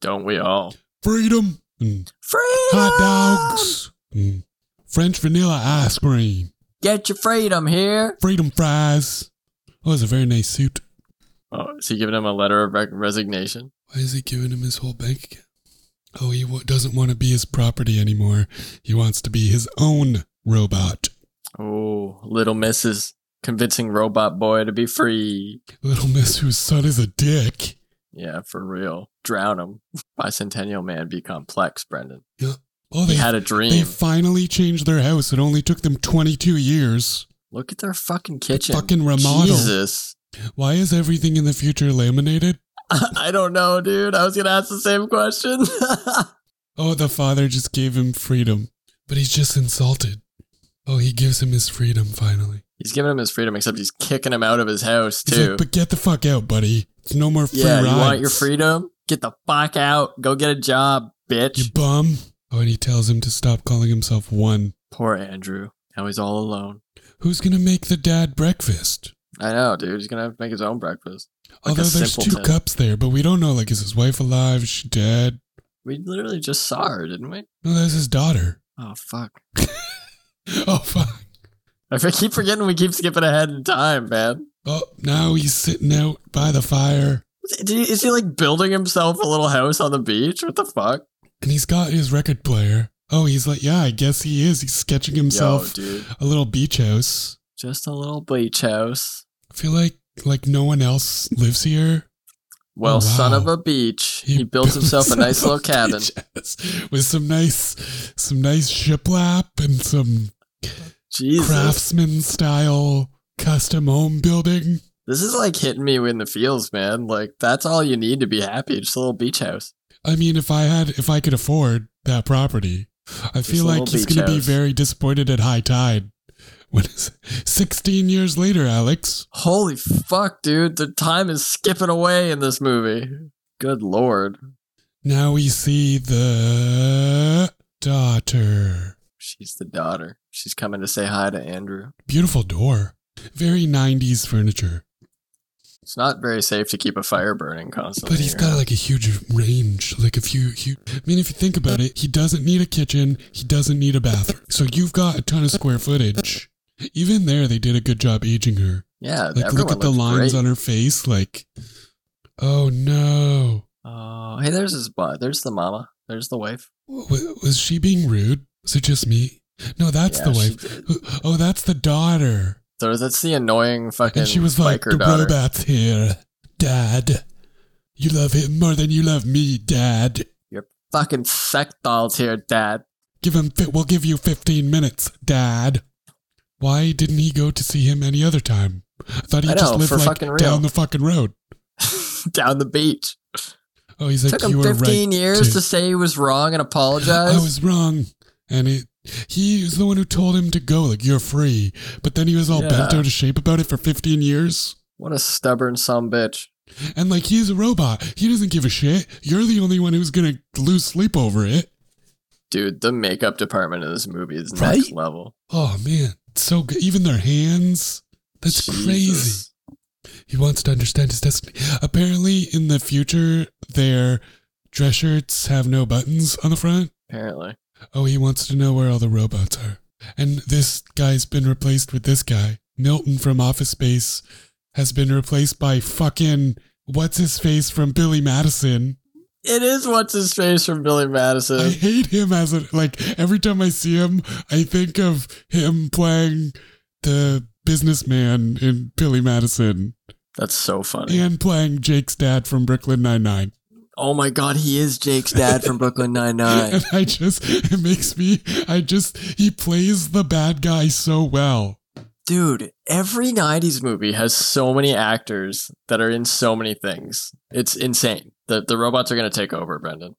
[SPEAKER 2] Don't we all?
[SPEAKER 1] Freedom. Mm.
[SPEAKER 2] Freedom!
[SPEAKER 1] hot dogs, Mm. French vanilla ice cream,
[SPEAKER 2] Get your freedom here!
[SPEAKER 1] freedom fries. Oh, it's a very nice suit.
[SPEAKER 2] Oh, is he giving him a letter of rec- resignation?
[SPEAKER 1] Why is he giving him his whole bank account? Oh, he w- doesn't want to be his property anymore. He wants to be his own robot.
[SPEAKER 2] Oh, little Mrs. Convincing robot boy to be free.
[SPEAKER 1] Little Miss, whose son is a dick.
[SPEAKER 2] Yeah, for real. Drown him. Bicentennial man be complex, Brendan.
[SPEAKER 1] Oh,
[SPEAKER 2] He
[SPEAKER 1] they
[SPEAKER 2] had a
[SPEAKER 1] they
[SPEAKER 2] dream.
[SPEAKER 1] finally changed their house. It only took them 22 years.
[SPEAKER 2] Look at their fucking kitchen.
[SPEAKER 1] fucking remodel.
[SPEAKER 2] Jesus. *laughs*
[SPEAKER 1] Why is everything in the future laminated?
[SPEAKER 2] I don't know, dude. I was gonna ask the same question. *laughs*
[SPEAKER 1] Oh, the father just gave him freedom, but he's just insulted. Oh, he gives him his freedom finally.
[SPEAKER 2] he's giving him his freedom, except he's kicking him out of his house
[SPEAKER 1] He's
[SPEAKER 2] too.
[SPEAKER 1] like, but get the fuck out, buddy. It's no more free
[SPEAKER 2] yeah,
[SPEAKER 1] rides.
[SPEAKER 2] you want your freedom? Get the fuck out. Go get a job, bitch.
[SPEAKER 1] You bum. Oh, and he tells him to stop calling himself one.
[SPEAKER 2] Poor Andrew. Now he's all alone.
[SPEAKER 1] Who's gonna make the dad breakfast?
[SPEAKER 2] I know, dude. He's gonna have to make his own breakfast. Like
[SPEAKER 1] Although
[SPEAKER 2] a
[SPEAKER 1] there's two
[SPEAKER 2] simpleton.
[SPEAKER 1] cups there, but we don't know. Like, is his wife alive? Is she dead?
[SPEAKER 2] We literally just saw her, didn't we?
[SPEAKER 1] No, that's his daughter. *laughs*
[SPEAKER 2] Oh fuck.
[SPEAKER 1] Oh fuck.
[SPEAKER 2] I f- keep forgetting we keep skipping ahead in time, man.
[SPEAKER 1] Oh, now he's sitting out by the fire,
[SPEAKER 2] Is he, is he like building himself a little house on the beach? What the fuck?
[SPEAKER 1] and he's got his record player. Oh, he's like, yeah, I guess he is. He's sketching himself
[SPEAKER 2] Yo, dude.
[SPEAKER 1] a little beach house.
[SPEAKER 2] Just a little beach house.
[SPEAKER 1] I feel like like no one else lives here.
[SPEAKER 2] Well,
[SPEAKER 1] Oh,
[SPEAKER 2] son
[SPEAKER 1] wow.
[SPEAKER 2] of a beach. He, built himself a nice little cabin.
[SPEAKER 1] cabin with some nice some nice shiplap and some
[SPEAKER 2] Jesus.
[SPEAKER 1] craftsman style custom home building.
[SPEAKER 2] This is like hitting me in the feels, man. Like, that's all you need to be happy. Just a little beach house.
[SPEAKER 1] I mean, if I had if I could afford that property, I feel
[SPEAKER 2] a
[SPEAKER 1] like
[SPEAKER 2] little
[SPEAKER 1] he's
[SPEAKER 2] beach
[SPEAKER 1] going to be
[SPEAKER 2] house.
[SPEAKER 1] very disappointed at high tide. What is *laughs* it? 16 years later, Alex?
[SPEAKER 2] Holy fuck, dude. The time is skipping away in this movie. Good lord.
[SPEAKER 1] Now we see the daughter.
[SPEAKER 2] She's the daughter. She's coming to say hi to Andrew.
[SPEAKER 1] Beautiful door. Very 90s furniture.
[SPEAKER 2] It's not very safe to keep a fire burning constantly.
[SPEAKER 1] But he's
[SPEAKER 2] here.
[SPEAKER 1] got like a huge range, like a few huge. I mean, if you think about it, he doesn't need a kitchen, he doesn't need a bathroom. So you've got a ton of square footage. Even there, they did a good job aging her.
[SPEAKER 2] Yeah,
[SPEAKER 1] Like,
[SPEAKER 2] everyone
[SPEAKER 1] look at the
[SPEAKER 2] looked
[SPEAKER 1] lines
[SPEAKER 2] great.
[SPEAKER 1] on her face. Like, oh no,
[SPEAKER 2] Oh, hey, there's his butt. There's the mama. There's the wife.
[SPEAKER 1] w- was she being rude? Was it just me? No, that's
[SPEAKER 2] Yeah,
[SPEAKER 1] the
[SPEAKER 2] she
[SPEAKER 1] wife.
[SPEAKER 2] did.
[SPEAKER 1] Who- Oh, that's the daughter.
[SPEAKER 2] So that's the annoying fucking.
[SPEAKER 1] And she was like,
[SPEAKER 2] biker
[SPEAKER 1] "The
[SPEAKER 2] daughter.
[SPEAKER 1] robot's here, Dad. You love him more than you love me, Dad."
[SPEAKER 2] "Fucking sex dolls here, dad." *laughs*
[SPEAKER 1] Give him. Fi- we'll give you fifteen minutes, Dad. Why didn't he go to see him any other time? I thought he
[SPEAKER 2] I
[SPEAKER 1] just
[SPEAKER 2] know,
[SPEAKER 1] lived
[SPEAKER 2] for
[SPEAKER 1] like
[SPEAKER 2] fucking real.
[SPEAKER 1] down the fucking road.
[SPEAKER 2] Down the beach.
[SPEAKER 1] Oh, he's like,
[SPEAKER 2] Took him
[SPEAKER 1] you were
[SPEAKER 2] 15
[SPEAKER 1] right.
[SPEAKER 2] years
[SPEAKER 1] to-
[SPEAKER 2] to say he was wrong and apologize.
[SPEAKER 1] I was wrong, and it He was the one who told him to go, like, you're free. But then he was all
[SPEAKER 2] Yeah.
[SPEAKER 1] bent out of shape about it for 15 years.
[SPEAKER 2] What a stubborn some bitch.
[SPEAKER 1] And, like, he's a robot. He doesn't give a shit. You're the only one who's going to lose sleep over it.
[SPEAKER 2] Dude, the makeup department in this movie is next
[SPEAKER 3] Right?
[SPEAKER 2] level.
[SPEAKER 1] Oh, man. It's so good. Even their hands. That's crazy.
[SPEAKER 2] Jesus.
[SPEAKER 1] He wants to understand his destiny. Apparently, in the future, their dress shirts have no buttons on the front.
[SPEAKER 2] Apparently.
[SPEAKER 1] Oh, he wants to know where all the robots are. And this guy's been replaced with this guy. Milton from Office Space has been replaced by fucking what's his face from Billy Madison.
[SPEAKER 2] It is what's his face from Billy
[SPEAKER 1] I
[SPEAKER 2] Madison.
[SPEAKER 1] hate him as a like every time I see him, I think of him playing the businessman in Billy Madison
[SPEAKER 2] That's so funny.
[SPEAKER 1] and playing Jake's dad from Brooklyn Nine Nine.
[SPEAKER 2] Oh my god, he is Jake's dad from Brooklyn Nine
[SPEAKER 1] *laughs*
[SPEAKER 2] Nine.
[SPEAKER 1] And I just, it makes me, I just, he plays the bad guy so well.
[SPEAKER 2] Dude, every '90s movie has so many actors that are in so many things. It's insane. The the robots are gonna take over, Brendan.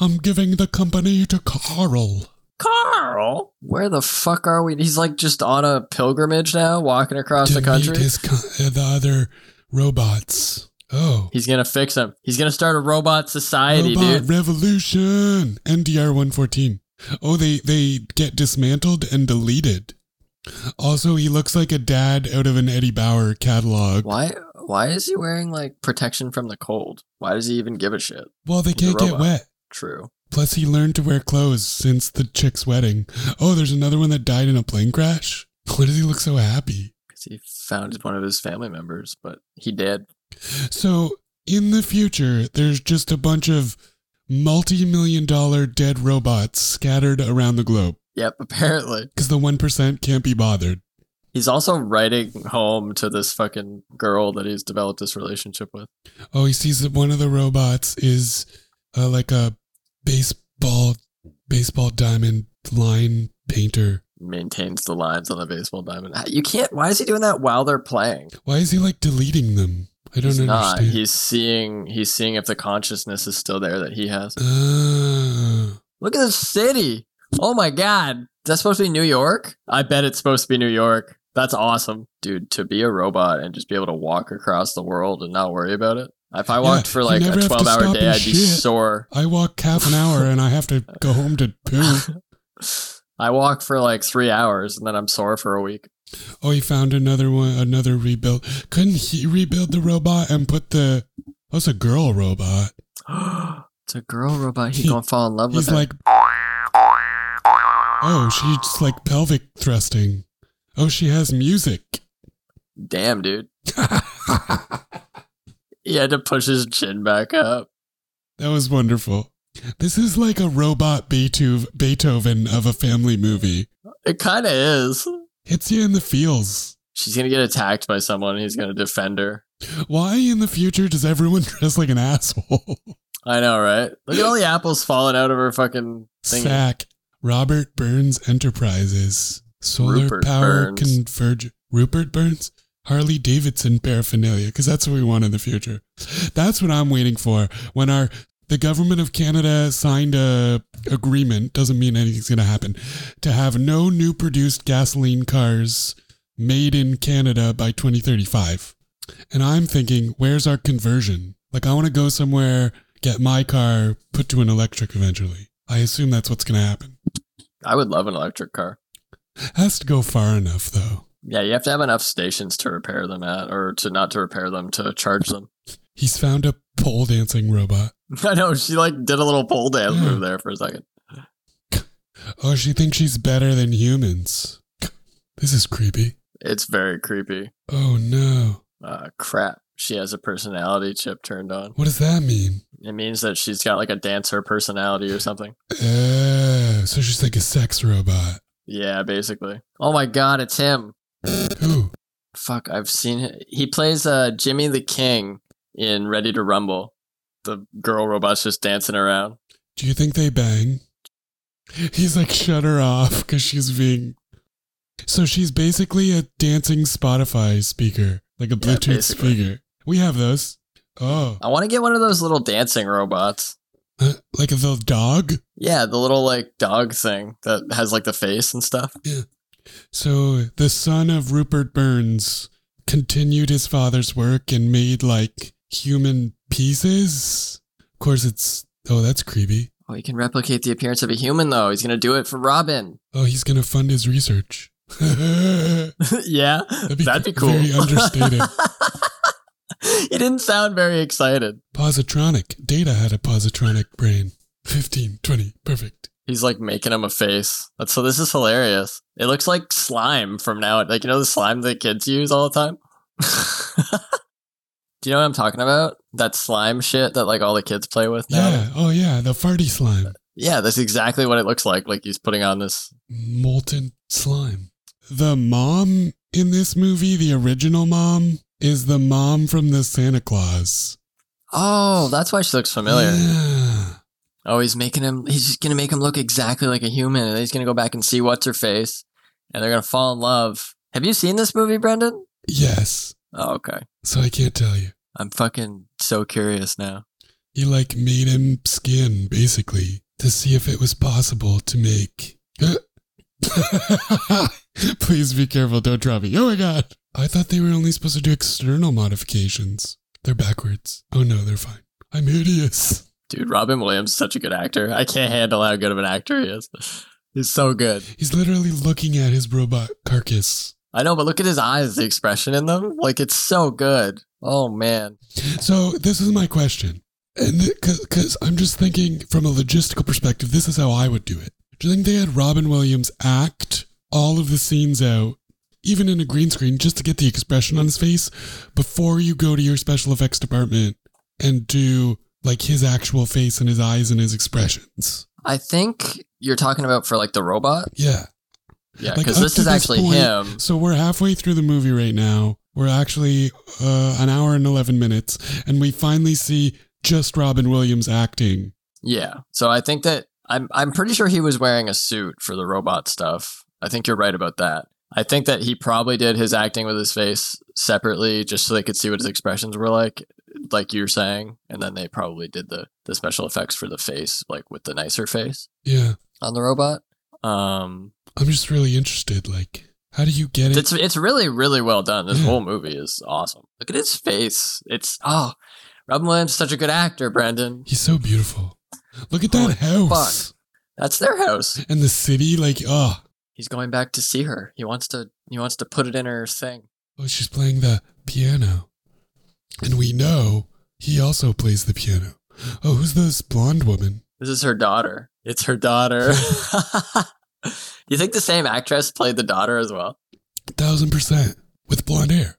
[SPEAKER 1] I'm giving the company to Carl.
[SPEAKER 2] Carl, where the fuck are we? He's like just on a pilgrimage now, walking across
[SPEAKER 1] to
[SPEAKER 2] the country.
[SPEAKER 1] Meet his, co- uh, the other robots. Oh.
[SPEAKER 2] He's gonna fix him. He's gonna start a robot society,
[SPEAKER 1] Robot
[SPEAKER 2] dude.
[SPEAKER 1] Revolution! NDR 114. Oh, they, they get dismantled and deleted. Also, he looks like a dad out of an Eddie Bauer catalog.
[SPEAKER 2] Why? Why is he wearing like protection from the cold? Why does he even give a shit?
[SPEAKER 1] Well, they
[SPEAKER 2] The
[SPEAKER 1] can't get
[SPEAKER 2] robot.
[SPEAKER 1] wet.
[SPEAKER 2] True.
[SPEAKER 1] Plus, he learned to wear clothes since the chick's wedding. Oh, there's another one that died in a plane crash. *laughs* Why does he look so happy?
[SPEAKER 2] Because he found one of his family members, but he did.
[SPEAKER 1] So, in the future, there's just a bunch of multi million dollar dead robots scattered around the globe
[SPEAKER 2] Yep, *laughs* apparently.
[SPEAKER 1] because the 1% can't be bothered.
[SPEAKER 2] He's also writing home to this fucking girl that he's developed this relationship with.
[SPEAKER 1] Oh, he sees that one of the robots is uh, like a baseball, baseball diamond line painter.
[SPEAKER 2] Maintains the lines on the baseball diamond. Ah, You can't. Why is he doing that while they're playing?
[SPEAKER 1] Why is he like deleting them? I don't
[SPEAKER 2] He's not.
[SPEAKER 1] understand.
[SPEAKER 2] He's seeing. He's seeing if the consciousness is still there that he has.
[SPEAKER 1] Ah.
[SPEAKER 2] Look at the city. Oh my god. That's supposed to be New York? I bet it's supposed to be New York. That's awesome. Dude, to be a robot and just be able to walk across the world and not worry about it. If I walked
[SPEAKER 1] Yeah,
[SPEAKER 2] for
[SPEAKER 1] you
[SPEAKER 2] like
[SPEAKER 1] never have
[SPEAKER 2] a
[SPEAKER 1] to
[SPEAKER 2] 12 hour
[SPEAKER 1] stop
[SPEAKER 2] day,
[SPEAKER 1] and
[SPEAKER 2] I'd be
[SPEAKER 1] shit.
[SPEAKER 2] sore.
[SPEAKER 1] I walk half an hour and I have to go home to poo.
[SPEAKER 2] *laughs* I walk for like three hours and then I'm sore for a week. *gasps*
[SPEAKER 1] Oh, he found another one, another rebuild. Couldn't he rebuild the robot and put the? Oh, it's a girl robot.
[SPEAKER 2] it's a girl robot. He,
[SPEAKER 1] He-
[SPEAKER 2] gonna fall in love with
[SPEAKER 1] He's
[SPEAKER 2] her.
[SPEAKER 1] like, oh, she's like pelvic thrusting. Oh, she has music.
[SPEAKER 2] Damn, dude. He had to push his chin back up.
[SPEAKER 1] That was wonderful. This is like a robot Beethoven, Beethoven of a family movie.
[SPEAKER 2] It kind of is.
[SPEAKER 1] Hits you in the feels.
[SPEAKER 2] She's gonna get attacked by someone. and He's gonna defend her.
[SPEAKER 1] Why in the future does everyone *laughs* dress like an asshole?
[SPEAKER 2] I know, right? Look at all the apples falling out of her fucking thing.
[SPEAKER 1] Sack. Robert Burns Enterprises. Solar
[SPEAKER 2] Rupert
[SPEAKER 1] power
[SPEAKER 2] Burns.
[SPEAKER 1] converge. Rupert Burns? Harley Davidson paraphernalia, because that's what we want in the future. That's what I'm waiting for. When our the government of Canada signed a agreement, doesn't mean anything's gonna happen, to have no new produced gasoline cars made in Canada by 2035. And I'm thinking, where's our conversion? Like, I want to go somewhere, get my car put to an electric eventually. I assume that's what's going to happen.
[SPEAKER 2] I would love an electric car.
[SPEAKER 1] Has to go far enough, though.
[SPEAKER 2] Yeah, you have to have enough stations to repair them at, or to not to repair them to charge them. *laughs*
[SPEAKER 1] He's found a pole dancing robot.
[SPEAKER 2] I know she like did a little pole
[SPEAKER 1] *gasps*
[SPEAKER 2] dance
[SPEAKER 1] Yeah.
[SPEAKER 2] move there for a second.
[SPEAKER 1] Oh, she thinks she's better than humans. This is creepy.
[SPEAKER 2] It's very creepy.
[SPEAKER 1] Oh no.
[SPEAKER 2] Uh, crap. She has a personality chip turned on.
[SPEAKER 1] What does that mean?
[SPEAKER 2] It means that she's got like a dancer personality or something.
[SPEAKER 1] Uh, so she's like a sex robot.
[SPEAKER 2] Yeah, basically. Oh my god, it's him.
[SPEAKER 1] Who?
[SPEAKER 2] Fuck, I've seen it. He plays uh, Jimmy the King in Ready to Rumble. The girl robot's just dancing around.
[SPEAKER 1] Do you think they bang? He's like, shut her off because she's being. So she's basically a dancing Spotify speaker, like a Bluetooth
[SPEAKER 2] basically.
[SPEAKER 1] speaker. We have those. Oh,
[SPEAKER 2] I want to get one of those little dancing robots.
[SPEAKER 1] Uh, like the dog?
[SPEAKER 2] Yeah, the little like dog thing that has like the face and stuff.
[SPEAKER 1] So the son of Rupert Burns continued his father's work and made like human pieces. Of course, it's oh, that's creepy.
[SPEAKER 2] Oh, he can replicate the appearance of a human though. He's gonna do it for Robin.
[SPEAKER 1] Oh, he's gonna fund his research. *laughs* That'd
[SPEAKER 2] *laughs* yeah,
[SPEAKER 1] be,
[SPEAKER 2] that'd be cool.
[SPEAKER 1] Very understated.
[SPEAKER 2] *laughs* he didn't sound very excited.
[SPEAKER 1] positronic. Data had a positronic brain. 15, 20, perfect.
[SPEAKER 2] He's like making him a face. That's, so this is hilarious. It looks like slime from now. Like you know the slime that kids use all the time. *laughs* Do you know what I'm talking about? That slime shit that like all the kids play with now.
[SPEAKER 1] Yeah. Oh, yeah. The farty slime.
[SPEAKER 2] Yeah, that's exactly what it looks like. Like he's putting on this.
[SPEAKER 1] molten slime. The mom in this movie, the original mom, is the mom from the Santa Claus.
[SPEAKER 2] Oh, that's why she looks familiar.
[SPEAKER 1] Yeah.
[SPEAKER 2] Oh, he's making him. He's just gonna make him look exactly like a human, and he's gonna go back and see what's her face, and they're gonna fall in love. Have you seen this movie, Brendan?
[SPEAKER 1] Yes.
[SPEAKER 2] Oh, okay.
[SPEAKER 1] So I can't tell you.
[SPEAKER 2] I'm fucking so curious now.
[SPEAKER 1] He like made him skin basically to see if it was possible to make. *laughs* Please be careful. Don't drop me. Oh my God. I thought they were only supposed to do external modifications. They're backwards. Oh no, they're fine. I'm hideous.
[SPEAKER 2] Dude, Robin Williams is such a good actor. I can't handle how good of an actor he is. He's so good.
[SPEAKER 1] He's literally looking at his robot carcass.
[SPEAKER 2] I know, but look at his eyes, the expression in them. Like, it's so good. Oh, man.
[SPEAKER 1] So this is my question, and because I'm just thinking from a logistical perspective, this is how I would do it. Do you think they had Robin Williams act all of the scenes out, even in a green screen, just to get the expression on his face before you go to your special effects department and do like his actual face and his eyes and his expressions?
[SPEAKER 2] I think you're talking about for like the robot.
[SPEAKER 1] Yeah.
[SPEAKER 2] Yeah,
[SPEAKER 1] Like,
[SPEAKER 2] because
[SPEAKER 1] up
[SPEAKER 2] this
[SPEAKER 1] to
[SPEAKER 2] is
[SPEAKER 1] this
[SPEAKER 2] actually
[SPEAKER 1] point-
[SPEAKER 2] him.
[SPEAKER 1] So we're halfway through the movie right now. We're actually uh, an hour and eleven minutes, and we finally see just Robin Williams acting.
[SPEAKER 2] Yeah. So I think that I'm I'm pretty sure he was wearing a suit for the robot stuff. I think you're right about that. I think that he probably did his acting with his face separately just so they could see what his expressions were like, like you're saying, and then they probably did the the special effects for the face like with the nicer face
[SPEAKER 1] Yeah.
[SPEAKER 2] on the robot. Um
[SPEAKER 1] I'm just really interested. Like, how do you get it?
[SPEAKER 2] it's it's really really well done. This
[SPEAKER 1] Yeah.
[SPEAKER 2] whole movie is awesome. Look at his face. It's oh, Robin Williams is such a good actor, Brandon.
[SPEAKER 1] He's so beautiful. Look at that house
[SPEAKER 2] That's their house.
[SPEAKER 1] and the city. Like, oh,
[SPEAKER 2] he's going back to see her. He wants to he wants to put it in her thing.
[SPEAKER 1] oh, she's playing the piano, and we know he also plays the piano. Oh, who's this blonde woman?
[SPEAKER 2] This is her daughter. It's her daughter. *laughs* you think the same actress played the daughter as well?
[SPEAKER 1] Thousand percent with blonde hair.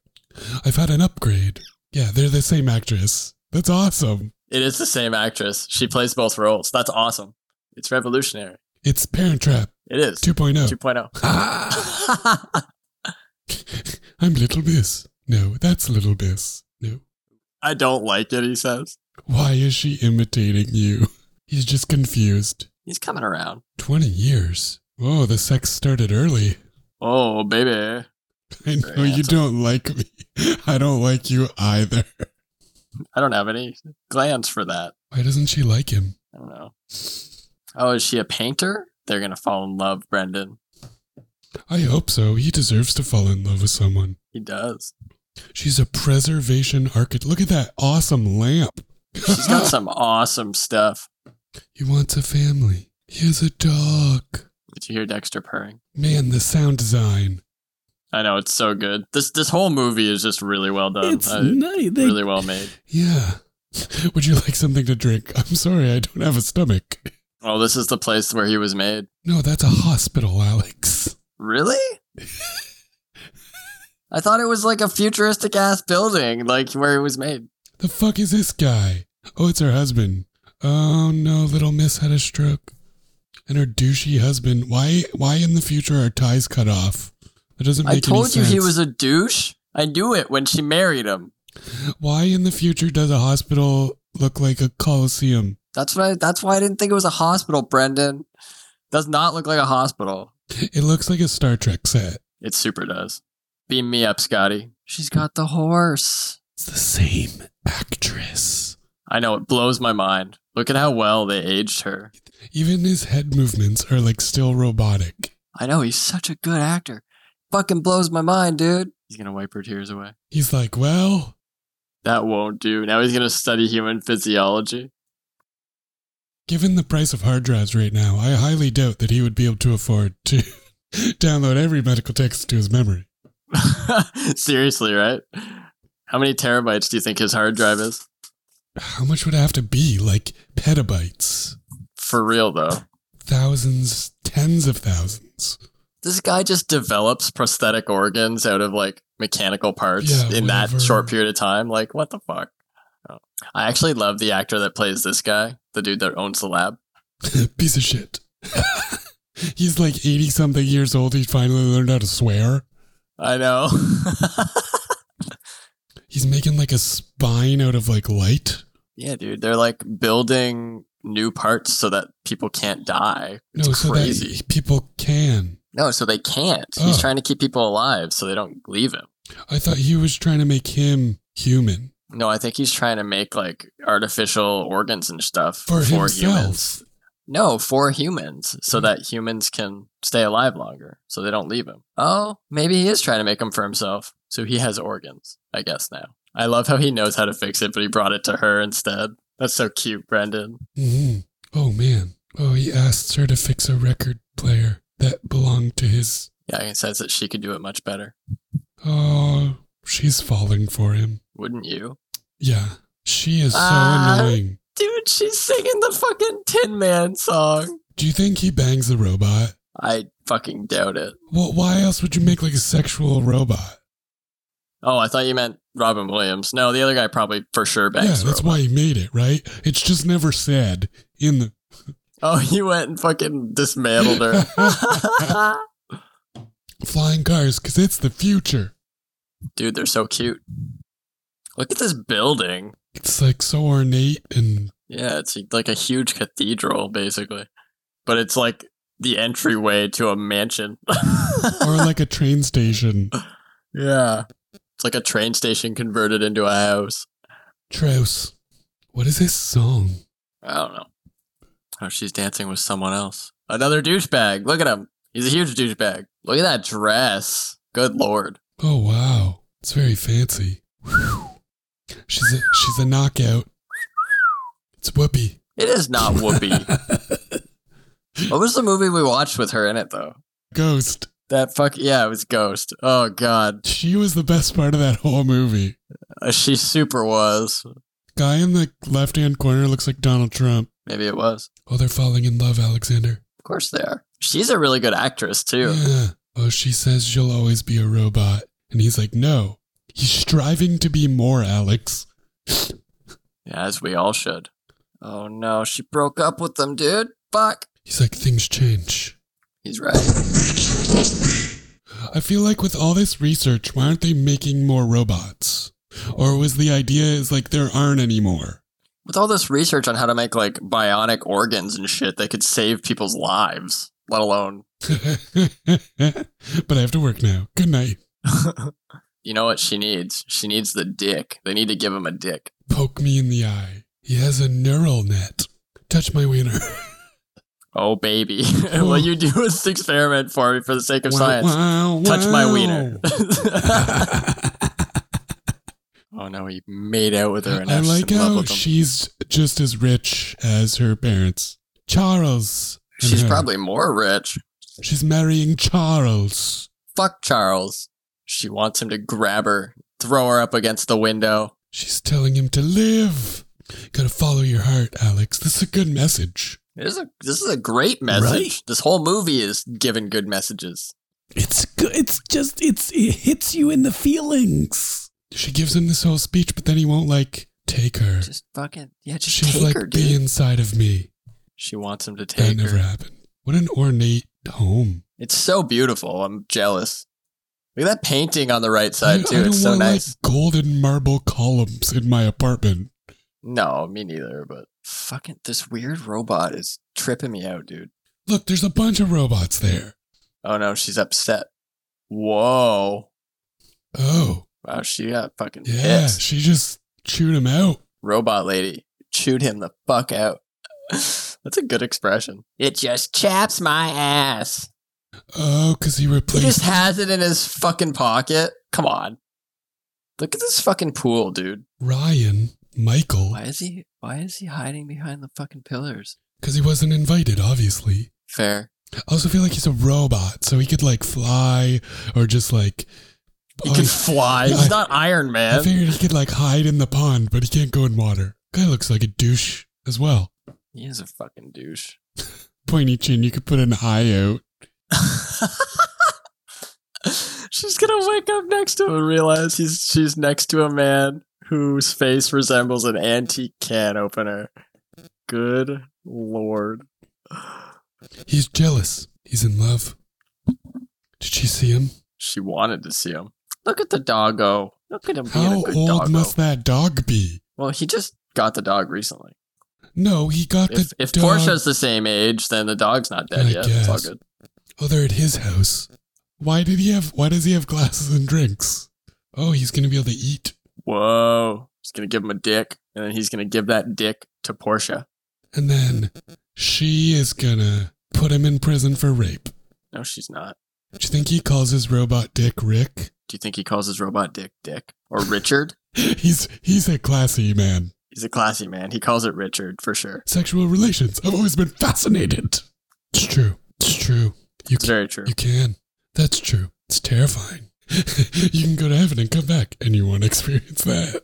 [SPEAKER 1] I've had an upgrade. Yeah, they're the same actress. That's awesome.
[SPEAKER 2] It is the same actress. She plays both roles. That's awesome. It's revolutionary.
[SPEAKER 1] It's Parent Trap oh.
[SPEAKER 2] It is. oh.
[SPEAKER 1] 2.0.
[SPEAKER 2] 2.0.
[SPEAKER 1] Ah, I'm Little Miss. No, that's Little Miss. No.
[SPEAKER 2] *laughs* I don't like it, he says.
[SPEAKER 1] Why is she imitating you? *laughs* He's just confused.
[SPEAKER 2] He's coming around.
[SPEAKER 1] 20 years. Oh, the sex started early. *laughs*
[SPEAKER 2] Oh, baby.
[SPEAKER 1] I know
[SPEAKER 2] Very
[SPEAKER 1] you
[SPEAKER 2] handsome.
[SPEAKER 1] don't like me. *laughs* I don't like you either. *laughs*
[SPEAKER 2] I don't have any glance for that.
[SPEAKER 1] Why doesn't she like him?
[SPEAKER 2] I don't know. Oh, is she a painter? They're going to fall in love, Brendan.
[SPEAKER 1] I hope so. He deserves to fall in love with someone.
[SPEAKER 2] He does.
[SPEAKER 1] She's a preservation architect. Look at that awesome lamp. *laughs*
[SPEAKER 2] She's got some awesome stuff.
[SPEAKER 1] He wants a family. He has a dog.
[SPEAKER 2] Did you hear Dexter purring?
[SPEAKER 1] Man, the sound design.
[SPEAKER 2] I know it's so good. This this whole movie is just really well done.
[SPEAKER 3] it's
[SPEAKER 2] Uh,
[SPEAKER 3] nice. They,
[SPEAKER 2] really well made.
[SPEAKER 1] Yeah. *laughs* Would you like something to drink? I'm sorry, I don't have a stomach.
[SPEAKER 2] Oh, this is the place where he was made.
[SPEAKER 1] No, that's a hospital, Alex.
[SPEAKER 2] Really? I thought it was like a futuristic ass building, like where he was made.
[SPEAKER 1] The fuck is this guy? Oh, it's her husband. Oh no, little miss had a stroke. And her douchey husband. Why why in the future are ties cut off? That doesn't make
[SPEAKER 2] I told
[SPEAKER 1] any
[SPEAKER 2] you
[SPEAKER 1] sense.
[SPEAKER 2] he was a douche. I knew it when she married him.
[SPEAKER 1] why in the future does a hospital look like a coliseum?
[SPEAKER 2] That's why. That's why I didn't think it was a hospital. Brendan does not look like a hospital.
[SPEAKER 1] It looks like a Star Trek set.
[SPEAKER 2] It super does. Beam me up, Scotty. She's got the horse.
[SPEAKER 1] It's the same actress.
[SPEAKER 2] I know it blows my mind. Look at how well they aged her.
[SPEAKER 1] Even his head movements are like still robotic.
[SPEAKER 2] I know he's such a good actor. Fucking blows my mind, dude. He's gonna wipe her tears away.
[SPEAKER 1] He's like, well,
[SPEAKER 2] That won't do. Now he's gonna study human physiology. *laughs*
[SPEAKER 1] given the price of hard drives right now, I highly doubt that he would be able to afford to *laughs* download every medical text to his memory.
[SPEAKER 2] Seriously, right? How many terabytes do you think his hard drive is?
[SPEAKER 1] How much would it have to be? Like petabytes,
[SPEAKER 2] For real though.
[SPEAKER 1] thousands, tens of thousands. *laughs*
[SPEAKER 2] This guy just develops prosthetic organs out of like mechanical parts
[SPEAKER 1] Yeah,
[SPEAKER 2] in
[SPEAKER 1] whatever.
[SPEAKER 2] that short period of time. Like, what the fuck? Oh. I actually love the actor that plays this guy, the dude that owns the lab.
[SPEAKER 1] Piece of shit. *laughs* He's like 80 something years old. He finally learned how to swear.
[SPEAKER 2] I know. *laughs*
[SPEAKER 1] He's making like a spine out of like light.
[SPEAKER 2] yeah, dude. They're like building new parts so that people can't die. It's
[SPEAKER 1] No, so
[SPEAKER 2] crazy.
[SPEAKER 1] that people can.
[SPEAKER 2] no, so they can't. He's
[SPEAKER 1] Oh.
[SPEAKER 2] trying to keep people alive so they don't leave him.
[SPEAKER 1] I thought he was trying to make him human
[SPEAKER 2] No, I think he's trying to make like artificial organs and stuff
[SPEAKER 1] for, himself. Hmm.
[SPEAKER 2] humans. No, for humans, so that humans can stay alive longer, so they don't leave him. Oh, maybe he is trying to make them for himself, so he has organs, I guess now. I love how he knows how to fix it, but he brought it to her instead. That's so cute, Brendan.
[SPEAKER 1] Mhm. Oh man. Oh, he asked her to fix a record player that belonged to his.
[SPEAKER 2] Yeah, he says that she could do it much better.
[SPEAKER 1] Oh, she's falling for him.
[SPEAKER 2] Wouldn't you?
[SPEAKER 1] Yeah. She is so
[SPEAKER 2] Ah.
[SPEAKER 1] annoying.
[SPEAKER 2] Dude, she's singing the fucking Tin Man song.
[SPEAKER 1] Do you think he bangs the robot?
[SPEAKER 2] I fucking doubt it.
[SPEAKER 1] Well, why else would you make like a sexual robot?
[SPEAKER 2] Oh, I thought you meant Robin Williams. No, the other guy probably for sure bangs.
[SPEAKER 1] yeah,
[SPEAKER 2] the
[SPEAKER 1] that's
[SPEAKER 2] robot.
[SPEAKER 1] why he made it, right? It's just never said in the.
[SPEAKER 2] Oh, *laughs* he went and fucking
[SPEAKER 1] *laughs*
[SPEAKER 2] dismantled her.
[SPEAKER 1] flying cars because it's the future.
[SPEAKER 2] Dude, they're so cute. Look at this building.
[SPEAKER 1] It's like so ornate and
[SPEAKER 2] Yeah, it's like a huge cathedral, basically. But it's like the entryway to
[SPEAKER 1] *laughs*
[SPEAKER 2] a mansion. *laughs*
[SPEAKER 1] or like a train station.
[SPEAKER 2] yeah. It's like a train station converted into a house.
[SPEAKER 1] Trouse. What is this song?
[SPEAKER 2] I don't know. Oh, she's dancing with someone else. Another douchebag. Look at him. He's a huge douchebag. Look at that dress. Good lord.
[SPEAKER 1] Oh wow, it's very fancy. Whew. She's a she's a knockout. It's Whoopi.
[SPEAKER 2] It is not Whoopi. what was the movie we watched with her in it, though?
[SPEAKER 1] Ghost.
[SPEAKER 2] That fuck. Yeah, it was Ghost. Oh, God.
[SPEAKER 1] She was the best part of that whole movie.
[SPEAKER 2] Uh, She super was.
[SPEAKER 1] Guy in the left hand corner looks like Donald Trump.
[SPEAKER 2] Maybe it was.
[SPEAKER 1] Oh, they're falling in love, Alexander.
[SPEAKER 2] Of course they are. She's a really good
[SPEAKER 1] *sighs*
[SPEAKER 2] actress too.
[SPEAKER 1] Yeah. Oh, she says she'll always be a robot. And he's like, no. He's striving to be more, Alex.
[SPEAKER 2] Yeah, as we all should. Oh no, she broke up with them, dude. Fuck.
[SPEAKER 1] He's like, things change.
[SPEAKER 2] He's right.
[SPEAKER 1] I feel like with all this research, why aren't they making more robots? Or was the idea is like there aren't any more?
[SPEAKER 2] With all this research on how to make like bionic organs and shit, they could save people's lives, let alone.
[SPEAKER 1] *laughs* but I have to work now. Good night.
[SPEAKER 2] You know what she needs? She needs the dick. They need to give him a dick.
[SPEAKER 1] Poke me in the eye. He has a neural net. Touch my
[SPEAKER 2] *laughs*
[SPEAKER 1] wiener.
[SPEAKER 2] Oh baby, *laughs* will you do this experiment for me for the sake of science?
[SPEAKER 1] Wow,
[SPEAKER 2] Touch my
[SPEAKER 1] wow. *laughs*
[SPEAKER 2] wiener. *laughs* oh no, he made out with her and
[SPEAKER 1] I
[SPEAKER 2] now she's
[SPEAKER 1] like
[SPEAKER 2] in love
[SPEAKER 1] how
[SPEAKER 2] with him.
[SPEAKER 1] she's just as rich as her parents. Charles. and
[SPEAKER 2] She's
[SPEAKER 1] her.
[SPEAKER 2] probably more rich.
[SPEAKER 1] She's marrying Charles.
[SPEAKER 2] Fuck Charles. She wants him to grab her, throw her up against the window.
[SPEAKER 1] She's telling him to live. Gotta follow your heart, Alex. This is a good message.
[SPEAKER 2] This is a, this is a great message.
[SPEAKER 3] Right.
[SPEAKER 2] This whole movie is giving good messages.
[SPEAKER 3] It's good. It's just it's it hits you in the feelings.
[SPEAKER 1] She gives him this whole speech, but then he won't like take her.
[SPEAKER 2] Just fucking yeah, just
[SPEAKER 1] She's
[SPEAKER 2] take
[SPEAKER 1] like
[SPEAKER 2] her, dude.
[SPEAKER 1] the inside of me.
[SPEAKER 2] she wants him to
[SPEAKER 1] That
[SPEAKER 2] take her.
[SPEAKER 1] never happened. What an ornate home.
[SPEAKER 2] It's so beautiful. I'm jealous. Look at that painting on the right side
[SPEAKER 1] I-
[SPEAKER 2] too.
[SPEAKER 1] I don't
[SPEAKER 2] it's so
[SPEAKER 1] want, like,
[SPEAKER 2] nice.
[SPEAKER 1] golden marble columns in my apartment.
[SPEAKER 2] No, me neither. But fucking this weird robot is tripping me out, dude.
[SPEAKER 1] Look, there's a bunch of robots there.
[SPEAKER 2] Oh no, she's upset. Whoa.
[SPEAKER 1] Oh,
[SPEAKER 2] Wow, she got fucking
[SPEAKER 1] yeah.
[SPEAKER 2] pissed.
[SPEAKER 1] She just chewed him out.
[SPEAKER 2] robot lady. chewed him the fuck out. *laughs* That's a good expression. It just chaps my ass.
[SPEAKER 1] Oh, because he
[SPEAKER 2] He
[SPEAKER 1] replaced.
[SPEAKER 2] just has it in his fucking pocket. Come on. Look at this fucking pool, dude.
[SPEAKER 1] Ryan Michael
[SPEAKER 2] Why is he why is he hiding behind the fucking pillars?
[SPEAKER 1] because he wasn't invited, obviously.
[SPEAKER 2] Fair.
[SPEAKER 1] I also feel like he's a robot, so he could like fly or just like.
[SPEAKER 2] He
[SPEAKER 1] Oh,
[SPEAKER 2] can
[SPEAKER 1] he-
[SPEAKER 2] fly. He's not Iron
[SPEAKER 1] I
[SPEAKER 2] Man.
[SPEAKER 1] figured he could like hide in the pond, but he can't go in water. Guy looks like a douche as well.
[SPEAKER 2] He is a fucking douche. *laughs*
[SPEAKER 1] Pointy chin, you could put an eye out.
[SPEAKER 2] she's gonna wake up next to him and realize he's she's next to a man whose face resembles an antique can opener. Good lord.
[SPEAKER 1] He's jealous. He's in love. Did she see him?
[SPEAKER 2] She wanted to see him. Look at the doggo. Look at him being
[SPEAKER 1] How
[SPEAKER 2] a good
[SPEAKER 1] old
[SPEAKER 2] doggo.
[SPEAKER 1] must that dog be?
[SPEAKER 2] well, he just got the dog recently.
[SPEAKER 1] No, he got
[SPEAKER 2] If
[SPEAKER 1] the
[SPEAKER 2] if
[SPEAKER 1] dog.
[SPEAKER 2] Portia's the same age, then the dog's not dead
[SPEAKER 1] I
[SPEAKER 2] yet. It's all
[SPEAKER 1] guess.
[SPEAKER 2] good.
[SPEAKER 1] Oh, they're at his house. Why did he have? Why does he have glasses and drinks? Oh, he's gonna be able to eat.
[SPEAKER 2] Whoa. He's gonna give him a dick, and then he's gonna give that dick to Portia.
[SPEAKER 1] And then she is gonna put him in prison for rape.
[SPEAKER 2] No, she's not.
[SPEAKER 1] Do you think he calls his robot dick Rick? *laughs*
[SPEAKER 2] Do you think he calls his robot dick Dick? Or Richard?
[SPEAKER 1] He's he's a classy man.
[SPEAKER 2] He's a classy man. He calls it Richard for sure.
[SPEAKER 1] Sexual relations. I've always been fascinated. It's true. It's true. You
[SPEAKER 2] It's
[SPEAKER 1] can,
[SPEAKER 2] very true.
[SPEAKER 1] you can. That's true. It's terrifying. *laughs* you can go to heaven and come back, and you won't *laughs* experience that.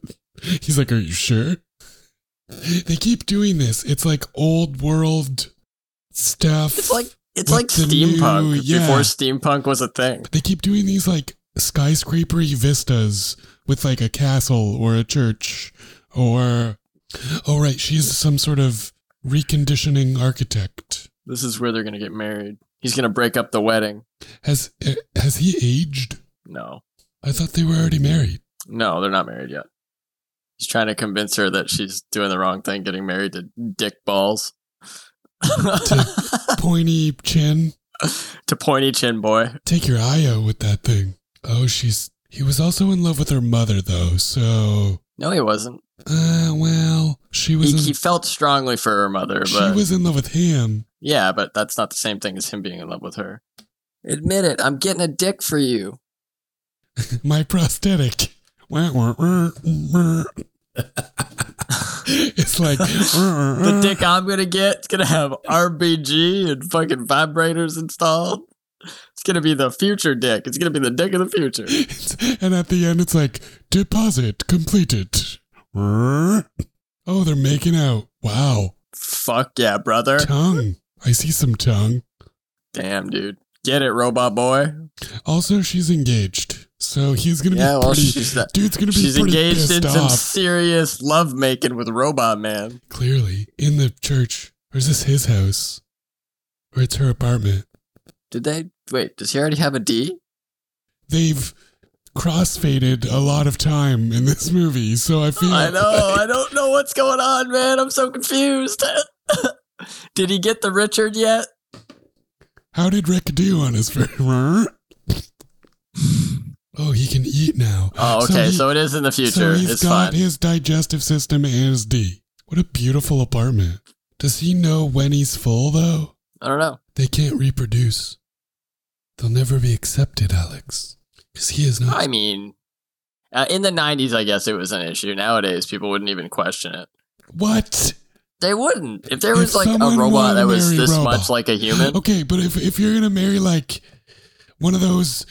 [SPEAKER 1] He's like, "Are you sure?" They keep doing this. It's like old world stuff.
[SPEAKER 2] It's like it's
[SPEAKER 1] With
[SPEAKER 2] like
[SPEAKER 1] the
[SPEAKER 2] steampunk
[SPEAKER 1] new- yeah.
[SPEAKER 2] before steampunk was a thing.
[SPEAKER 1] They keep doing these like skyscrapery vistas with like a castle or a church or oh right, she's some sort of reconditioning architect.
[SPEAKER 2] This is where they're gonna get married. He's gonna break up the wedding.
[SPEAKER 1] Has eh, has he aged?
[SPEAKER 2] No,
[SPEAKER 1] I thought they were already married.
[SPEAKER 2] no, they're not married yet. He's trying to convince her that she's doing the wrong thing, getting married to Dick
[SPEAKER 1] *laughs*
[SPEAKER 2] Balls, *laughs* to,
[SPEAKER 1] Pointy chin,
[SPEAKER 2] Pointy Chin Boy.
[SPEAKER 1] take your eye out with that thing. Oh, she's he was also in love with her mother though, so
[SPEAKER 2] No, he wasn't.
[SPEAKER 1] uh well, she was
[SPEAKER 2] He, he
[SPEAKER 1] in,
[SPEAKER 2] felt strongly for her mother,
[SPEAKER 1] she
[SPEAKER 2] but
[SPEAKER 1] was in love with him.
[SPEAKER 2] yeah, but that's not the same thing as him being in love with her. Admit it. I'm getting a dick for you.
[SPEAKER 1] My prosthetic. Wah, wah, wah, wah. *laughs* it's
[SPEAKER 2] *laughs*
[SPEAKER 1] like Mm.
[SPEAKER 2] The dick I'm gonna get, it's gonna have RBG and fucking vibrators installed. It's gonna be the future dick. It's gonna be the dick of the future.
[SPEAKER 1] It's- and at the end, it's like deposit completed. Wah. Oh, they're making out. Wow,
[SPEAKER 2] Fuck yeah, brother.
[SPEAKER 1] tongue. I see some tongue.
[SPEAKER 2] Damn, dude. Get it, robot boy.
[SPEAKER 1] Also, she's engaged, so he's gonna
[SPEAKER 2] Yeah,
[SPEAKER 1] be
[SPEAKER 2] well,
[SPEAKER 1] pretty.
[SPEAKER 2] she's that-
[SPEAKER 1] dude's gonna be
[SPEAKER 2] She's
[SPEAKER 1] pretty
[SPEAKER 2] engaged in
[SPEAKER 1] pissed
[SPEAKER 2] some
[SPEAKER 1] off.
[SPEAKER 2] serious lovemaking with Robot Man.
[SPEAKER 1] Clearly, in the church, or is this his house, or it's her apartment?
[SPEAKER 2] Did they? Wait, does he already have a D?
[SPEAKER 1] they've crossfaded a lot of time in this movie, so I feel
[SPEAKER 2] I know. I don't know what's going on, man. I'm so confused. *laughs* Did he get the Richard yet?
[SPEAKER 1] How did Rick do on his first? oh, he can eat now.
[SPEAKER 2] Oh, okay. So,
[SPEAKER 1] he-
[SPEAKER 2] it is in the
[SPEAKER 1] so
[SPEAKER 2] future.
[SPEAKER 1] he's
[SPEAKER 2] it's
[SPEAKER 1] got
[SPEAKER 2] fine.
[SPEAKER 1] his digestive system and his D. What a beautiful apartment. Does he know when he's full though?
[SPEAKER 2] I don't know.
[SPEAKER 1] They can't reproduce. They'll never be accepted, Alex, because he is not.
[SPEAKER 2] I mean, uh, in the 90s, I guess it was an issue. Nowadays, people wouldn't even question it.
[SPEAKER 1] what?
[SPEAKER 2] They wouldn't. If there
[SPEAKER 1] If
[SPEAKER 2] was like a
[SPEAKER 1] someone wanted
[SPEAKER 2] robot that
[SPEAKER 1] to
[SPEAKER 2] was
[SPEAKER 1] marry
[SPEAKER 2] this
[SPEAKER 1] robot.
[SPEAKER 2] much like a human,
[SPEAKER 1] Okay, but if if you're gonna marry like one of those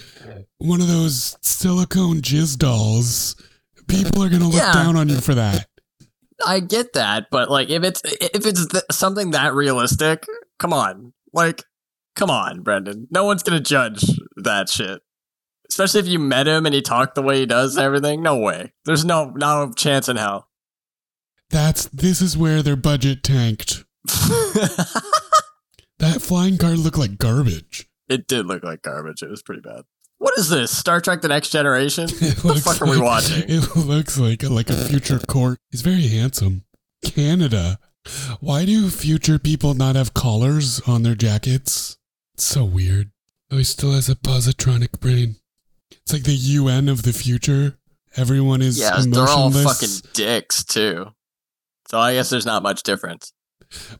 [SPEAKER 1] one of those silicone jizz dolls, people are gonna look
[SPEAKER 2] Yeah.
[SPEAKER 1] down on you for that.
[SPEAKER 2] I get that. But like, if it's if it's th- something that realistic, come on, like, come on, Brendan. No one's gonna judge that shit. Especially if you met him and he talked the way he does and everything. No way. There's no no chance in hell. *laughs*
[SPEAKER 1] That's this is where their budget tanked. That flying car looked like garbage.
[SPEAKER 2] it did look like garbage. It was pretty bad. What is this? Star Trek: The Next Generation.
[SPEAKER 1] It
[SPEAKER 2] the fuck are we watching?
[SPEAKER 1] It looks like a, like a future court. He's very handsome. Canada. Why do future people not have collars on their jackets? It's so weird. Oh, he still has a positronic brain. It's like the UN of the future. Everyone is
[SPEAKER 2] Yeah, they're all
[SPEAKER 1] emotionless.
[SPEAKER 2] fucking dicks too. So I guess there's not much difference.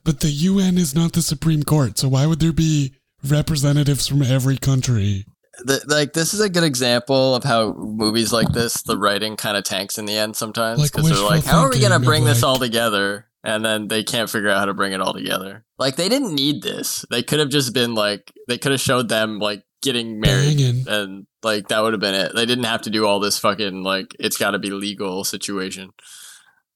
[SPEAKER 1] But the UN is not the Supreme Court, so why would there be representatives from every country?
[SPEAKER 2] Th like this is a good example of how movies like this, the writing kind of tanks in the end sometimes
[SPEAKER 1] Like
[SPEAKER 2] because they're
[SPEAKER 1] wishful
[SPEAKER 2] like, how are we gonna
[SPEAKER 1] thinking of,
[SPEAKER 2] bring this
[SPEAKER 1] like-
[SPEAKER 2] all together? And then they can't figure out how to bring it all together. Like they didn't need this. They could have just been like, they could have showed them like getting married.
[SPEAKER 1] Banging.
[SPEAKER 2] And like that would have been it. They didn't have to do all this fucking like it's got to be legal situation.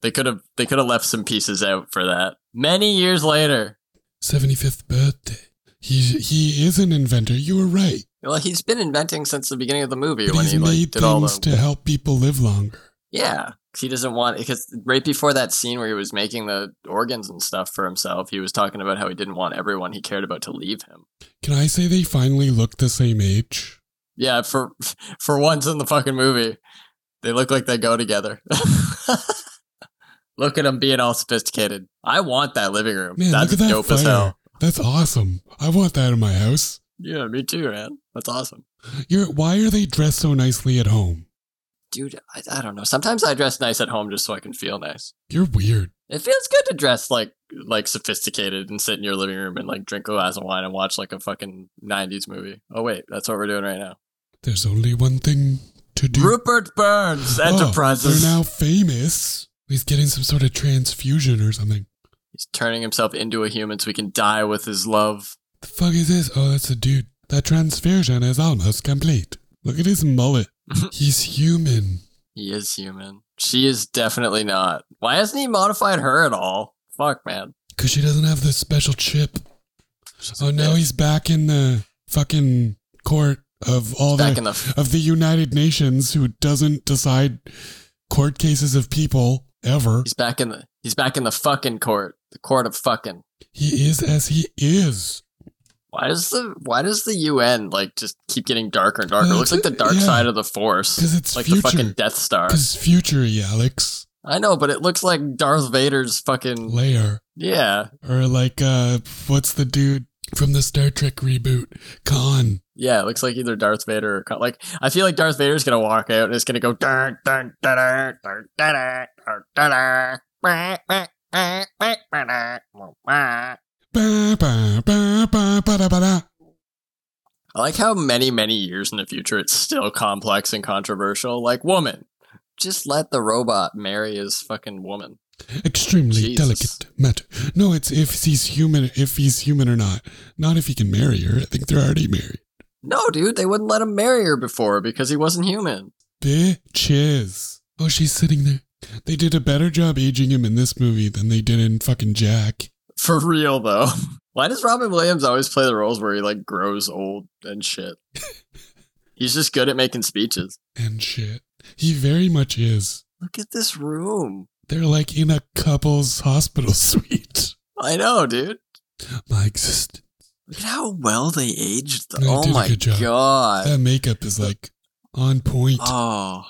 [SPEAKER 2] They could have they could have left some pieces out for that. Many years later,
[SPEAKER 1] 75th birthday. He he is an inventor. You were right.
[SPEAKER 2] well, he's been inventing since the beginning of the movie
[SPEAKER 1] But
[SPEAKER 2] when
[SPEAKER 1] he's
[SPEAKER 2] he like
[SPEAKER 1] made
[SPEAKER 2] did all the
[SPEAKER 1] things to help people live longer.
[SPEAKER 2] Yeah, 'cause he doesn't want because right before that scene where he was making the organs and stuff for himself, he was talking about how he didn't want everyone he cared about to leave him.
[SPEAKER 1] Can I say they finally look the same age?
[SPEAKER 2] Yeah, for *laughs* for once in the fucking movie, they look like they go together. *laughs* look at him being all sophisticated. I want that living room.
[SPEAKER 1] Man,
[SPEAKER 2] That's
[SPEAKER 1] look at that
[SPEAKER 2] dope
[SPEAKER 1] fire.
[SPEAKER 2] as hell.
[SPEAKER 1] That's awesome. I want that in my house.
[SPEAKER 2] Yeah, me too, man. That's awesome,
[SPEAKER 1] You're, why are they dressed so nicely at home?
[SPEAKER 2] dude. I, I don't know. Sometimes I dress nice at home just so I can feel nice.
[SPEAKER 1] You're weird.
[SPEAKER 2] It feels good to dress like like sophisticated and sit in your living room and like drink a glass of wine and watch like a fucking '90s movie. Oh wait, that's what we're doing right now.
[SPEAKER 1] There's only one thing to do.
[SPEAKER 2] Rupert Burns
[SPEAKER 1] Oh,
[SPEAKER 2] Enterprises.
[SPEAKER 1] they're now famous. He's getting some sort of transfusion or something.
[SPEAKER 2] He's turning himself into a human so he can die with his love.
[SPEAKER 1] The fuck is this? Oh, that's a dude. That transfusion is almost complete. Look at his mullet.
[SPEAKER 2] *laughs*
[SPEAKER 1] He's human.
[SPEAKER 2] He is human. She is definitely not. Why hasn't he modified her at all? Fuck, man.
[SPEAKER 1] Because she doesn't have the special chip. Oh, now he's back in the fucking court of all
[SPEAKER 2] back
[SPEAKER 1] the,
[SPEAKER 2] in the.
[SPEAKER 1] of the United Nations who doesn't decide court cases of people ever.
[SPEAKER 2] He's back in the. He's back in the fucking court. The court of fucking.
[SPEAKER 1] He is as he is.
[SPEAKER 2] Why does the Why does the UN like just keep getting darker and darker?
[SPEAKER 1] Yeah,
[SPEAKER 2] It looks like the dark
[SPEAKER 1] Uh, yeah.
[SPEAKER 2] side of the Force.
[SPEAKER 1] Because it's
[SPEAKER 2] like
[SPEAKER 1] future.
[SPEAKER 2] the fucking Death Star.
[SPEAKER 1] Because future, Alex.
[SPEAKER 2] I know, but it looks like Darth Vader's fucking
[SPEAKER 1] Layer.
[SPEAKER 2] yeah,
[SPEAKER 1] Or like, uh, what's the dude from the Star Trek reboot? Khan.
[SPEAKER 2] yeah. It looks like either Darth Vader or Con- like I feel like Darth Vader's gonna walk out and it's gonna go dun dun dun dun dun dun dun dun dun.
[SPEAKER 1] Ba, ba, ba, ba, ba, da, ba, da.
[SPEAKER 2] I like how many many years in the future it's still complex and controversial. Like woman, just let the robot marry his fucking woman.
[SPEAKER 1] Extremely
[SPEAKER 2] Jesus.
[SPEAKER 1] delicate matter. No, it's if he's human, if he's human or not. Not if he can marry her. I think they're already married.
[SPEAKER 2] No, dude, they wouldn't let him marry her before because he wasn't human.
[SPEAKER 1] Bitches. Oh, she's sitting there. They did a better job aging him in this movie than they did in fucking Jack.
[SPEAKER 2] For real though. *laughs* Why does Robin Williams always play the roles where he like grows old and
[SPEAKER 1] *laughs*
[SPEAKER 2] shit? He's just good at making speeches.
[SPEAKER 1] And shit. He very much is.
[SPEAKER 2] Look at this room.
[SPEAKER 1] They're like in a couple's hospital *laughs* suite.
[SPEAKER 2] I know, dude.
[SPEAKER 1] My existence.
[SPEAKER 2] Look at how well they aged.
[SPEAKER 1] They
[SPEAKER 2] oh
[SPEAKER 1] did a
[SPEAKER 2] my
[SPEAKER 1] good job.
[SPEAKER 2] god.
[SPEAKER 1] That makeup is like on point.
[SPEAKER 2] Oh.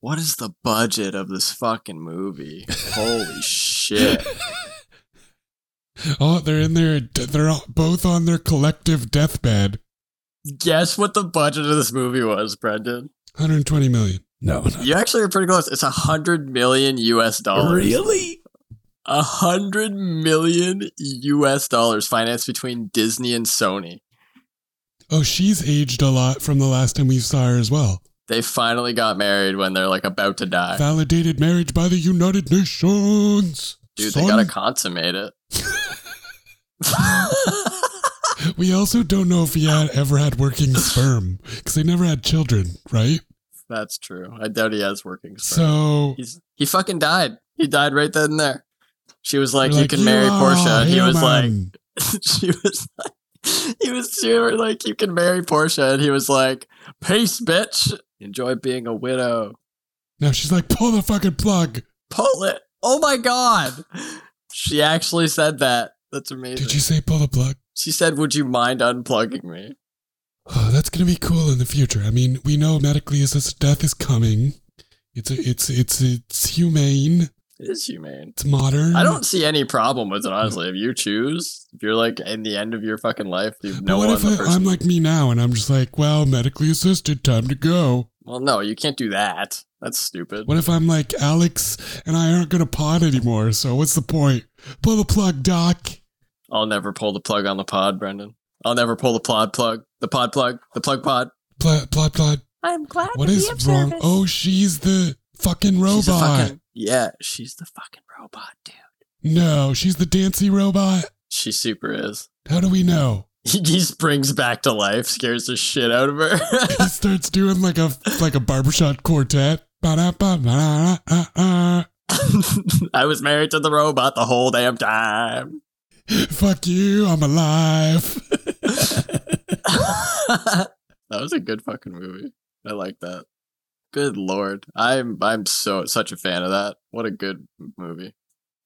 [SPEAKER 2] What is the budget of this fucking movie?
[SPEAKER 1] *laughs*
[SPEAKER 2] Holy shit.
[SPEAKER 1] Oh, they're in their. They're all, both on their collective deathbed.
[SPEAKER 2] Guess what the budget of this movie was, Brendan?
[SPEAKER 1] 120 million.
[SPEAKER 3] No, no.
[SPEAKER 2] You actually are pretty close. It's a hundred million US dollars.
[SPEAKER 3] Really?
[SPEAKER 2] A hundred million US dollars financed between Disney and Sony.
[SPEAKER 1] Oh, she's aged a lot from the last time we saw her as well.
[SPEAKER 2] They finally got married when they're like about to die.
[SPEAKER 1] Validated marriage by the United Nations.
[SPEAKER 2] Dude,
[SPEAKER 1] Son.
[SPEAKER 2] they gotta consummate *laughs* it.
[SPEAKER 1] we also don't know if he had ever had working sperm because they never had children, right?
[SPEAKER 2] That's true. I doubt he has working sperm.
[SPEAKER 1] So
[SPEAKER 2] He's he fucking died. He died right then and there. She was like,
[SPEAKER 1] they're
[SPEAKER 2] "You can marry
[SPEAKER 1] "Yeah,
[SPEAKER 2] Portia." And he was like,
[SPEAKER 1] human.
[SPEAKER 2] *laughs* she was like, he was she were like, "You can marry Portia," and he was like, "Peace, bitch. Enjoy being a widow."
[SPEAKER 1] Now she's like, pull the fucking plug.
[SPEAKER 2] Pull it. Oh my god. She actually said that. That's amazing.
[SPEAKER 1] Did you say pull the plug?
[SPEAKER 2] she said, Would you mind unplugging me?
[SPEAKER 1] Oh, that's gonna be cool in the future. I mean, we know medically is this death is coming. It's a, it's it's it's humane.
[SPEAKER 2] It is humane.
[SPEAKER 1] It's modern.
[SPEAKER 2] I don't see any problem with it, honestly. If you choose, if you're like in the end of your fucking life, you've
[SPEAKER 1] But
[SPEAKER 2] no
[SPEAKER 1] what
[SPEAKER 2] one
[SPEAKER 1] if
[SPEAKER 2] the
[SPEAKER 1] I,
[SPEAKER 2] person.
[SPEAKER 1] I'm like me now and I'm just like, well, medically assisted, time to go.
[SPEAKER 2] Well, no, you can't do that. That's stupid.
[SPEAKER 1] What if I'm like Alex and I aren't gonna pod anymore? So what's the point? Pull the plug, Doc.
[SPEAKER 2] I'll never pull the plug on the pod, Brendan. I'll never pull the plod plug, the pod plug, the plug pod.
[SPEAKER 1] Plot, plot, plot.
[SPEAKER 4] I'm glad
[SPEAKER 1] What
[SPEAKER 4] to
[SPEAKER 1] is
[SPEAKER 4] be of
[SPEAKER 1] wrong?
[SPEAKER 4] service.
[SPEAKER 1] Oh, she's the fucking robot.
[SPEAKER 2] She's a fucking, yeah, she's the fucking robot, dude.
[SPEAKER 1] no, she's the dancy robot.
[SPEAKER 2] She super is.
[SPEAKER 1] How do we know?
[SPEAKER 2] He, he springs back to life, scares the shit out of her. *laughs*
[SPEAKER 1] He starts doing like a like a barbershop quartet. Ba-da-ba-ba-da-da-da-da.
[SPEAKER 2] I was married to the robot the whole damn time. *laughs*
[SPEAKER 1] Fuck you, I'm alive.
[SPEAKER 2] that was a good fucking movie. I like that. Good lord, I'm I'm so such a fan of that. What a good movie.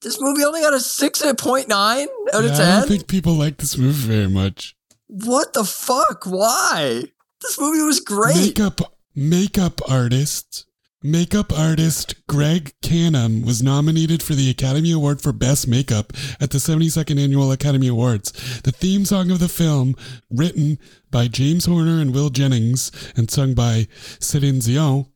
[SPEAKER 2] This movie only got a six point nine out
[SPEAKER 1] Yeah,
[SPEAKER 2] of
[SPEAKER 1] I
[SPEAKER 2] ten.
[SPEAKER 1] don't think people like this movie very much.
[SPEAKER 2] what the fuck? Why? This movie was great.
[SPEAKER 1] Makeup makeup artist. Makeup artist Greg Canham was nominated for the Academy Award for Best Makeup at the 72nd Annual Academy Awards. The theme song of the film, written by James Horner and Will Jennings and sung by Céline Dion,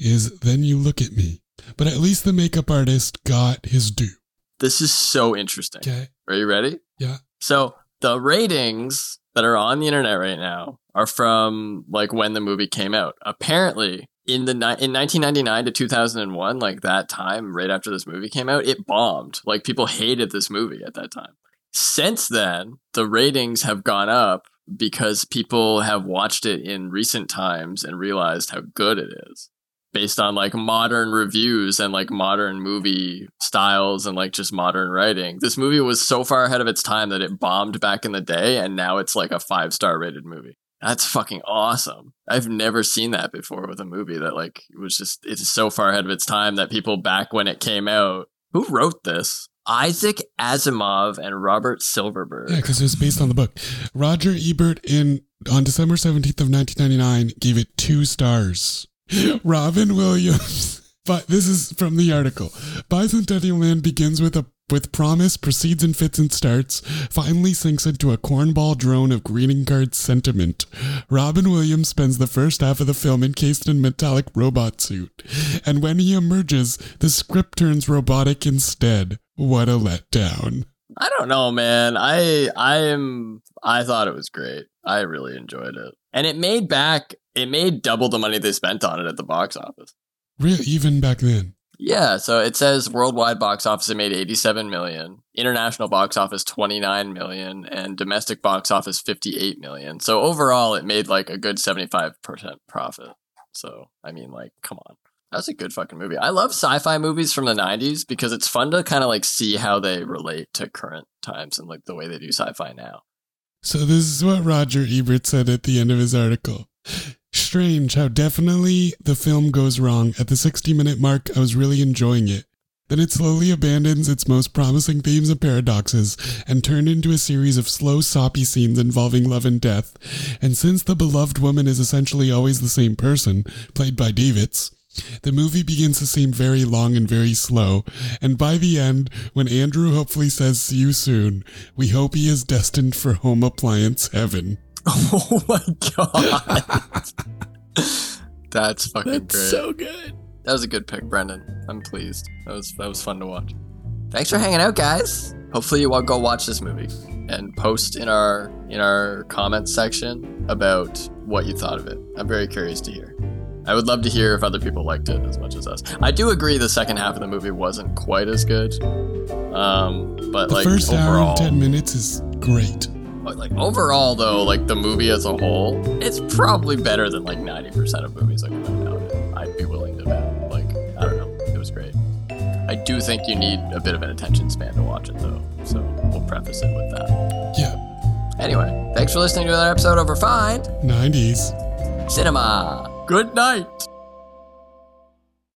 [SPEAKER 1] is Then You Look at Me. But at least the makeup artist got his due.
[SPEAKER 2] This is so interesting.
[SPEAKER 1] Okay.
[SPEAKER 2] Are you ready?
[SPEAKER 1] Yeah.
[SPEAKER 2] So the ratings that are on the internet right now are from like when the movie came out. Apparently, in the ni- in 1999 to 2001, like that time right after this movie came out, it bombed. Like people hated this movie at that time. Since then, the ratings have gone up because people have watched it in recent times and realized how good it is based on like modern reviews and like modern movie styles and like just modern writing. This movie was so far ahead of its time that it bombed back in the day and now it's like a five star rated movie. That's fucking awesome. I've never seen that before with a movie that like it was just it's so far ahead of its time that people back when it came out. Who wrote this? Isaac Asimov and Robert Silverberg.
[SPEAKER 1] Yeah, because it was based on the book. Roger Ebert in on December seventeenth of nineteen ninety nine gave it two stars. *laughs* Robin Williams, *laughs* but this is from the article. Bicentennial Man begins with a with promise, proceeds in fits and starts, finally sinks into a cornball drone of greeting card sentiment. Robin Williams spends the first half of the film encased in metallic robot suit, and when he emerges, the script turns robotic instead. What a letdown.
[SPEAKER 2] I don't know, man. I I am I thought it was great. I really enjoyed it. And it made back it made double the money they spent on it at the box office.
[SPEAKER 1] Real even back then.
[SPEAKER 2] Yeah, so it says worldwide box office it made 87 million, international box office 29 million and domestic box office 58 million. So overall it made like a good 75% profit. So, I mean like come on. That's a good fucking movie. I love sci-fi movies from the 90s because it's fun to kind of like see how they relate to current times and like the way they do sci-fi now.
[SPEAKER 1] So this is what Roger Ebert said at the end of his article. Strange how definitely the film goes wrong. At the 60 minute mark, I was really enjoying it. Then it slowly abandons its most promising themes and paradoxes and turned into a series of slow, soppy scenes involving love and death. And since the beloved woman is essentially always the same person, played by Davids, the movie begins to seem very long and very slow, and by the end, when Andrew hopefully says see you soon, we hope he is destined for home appliance heaven.
[SPEAKER 2] Oh my god. That's fucking
[SPEAKER 3] That's
[SPEAKER 2] great.
[SPEAKER 3] so good.
[SPEAKER 2] that was a good pick, Brendan. I'm pleased. That was that was fun to watch. Thanks for hanging out, guys. Hopefully you all go watch this movie and post in our in our comments section about what you thought of it. I'm very curious to hear. I would love to hear if other people liked it as much as us. I do agree the second half of the movie wasn't quite as good. Um, but
[SPEAKER 1] The
[SPEAKER 2] like
[SPEAKER 1] first hour
[SPEAKER 2] overall,
[SPEAKER 1] and 10 minutes is great.
[SPEAKER 2] but, like overall, though, like the movie as a whole, it's probably better than like ninety percent of movies that come out nowadays. I'd be willing to bet. Like I don't know, it was great. I do think you need a bit of an attention span to watch it, though. So we'll preface it with that.
[SPEAKER 1] Yeah,
[SPEAKER 2] Anyway, thanks for listening to another episode of Refined
[SPEAKER 1] 90s.
[SPEAKER 2] Cinema. Good night.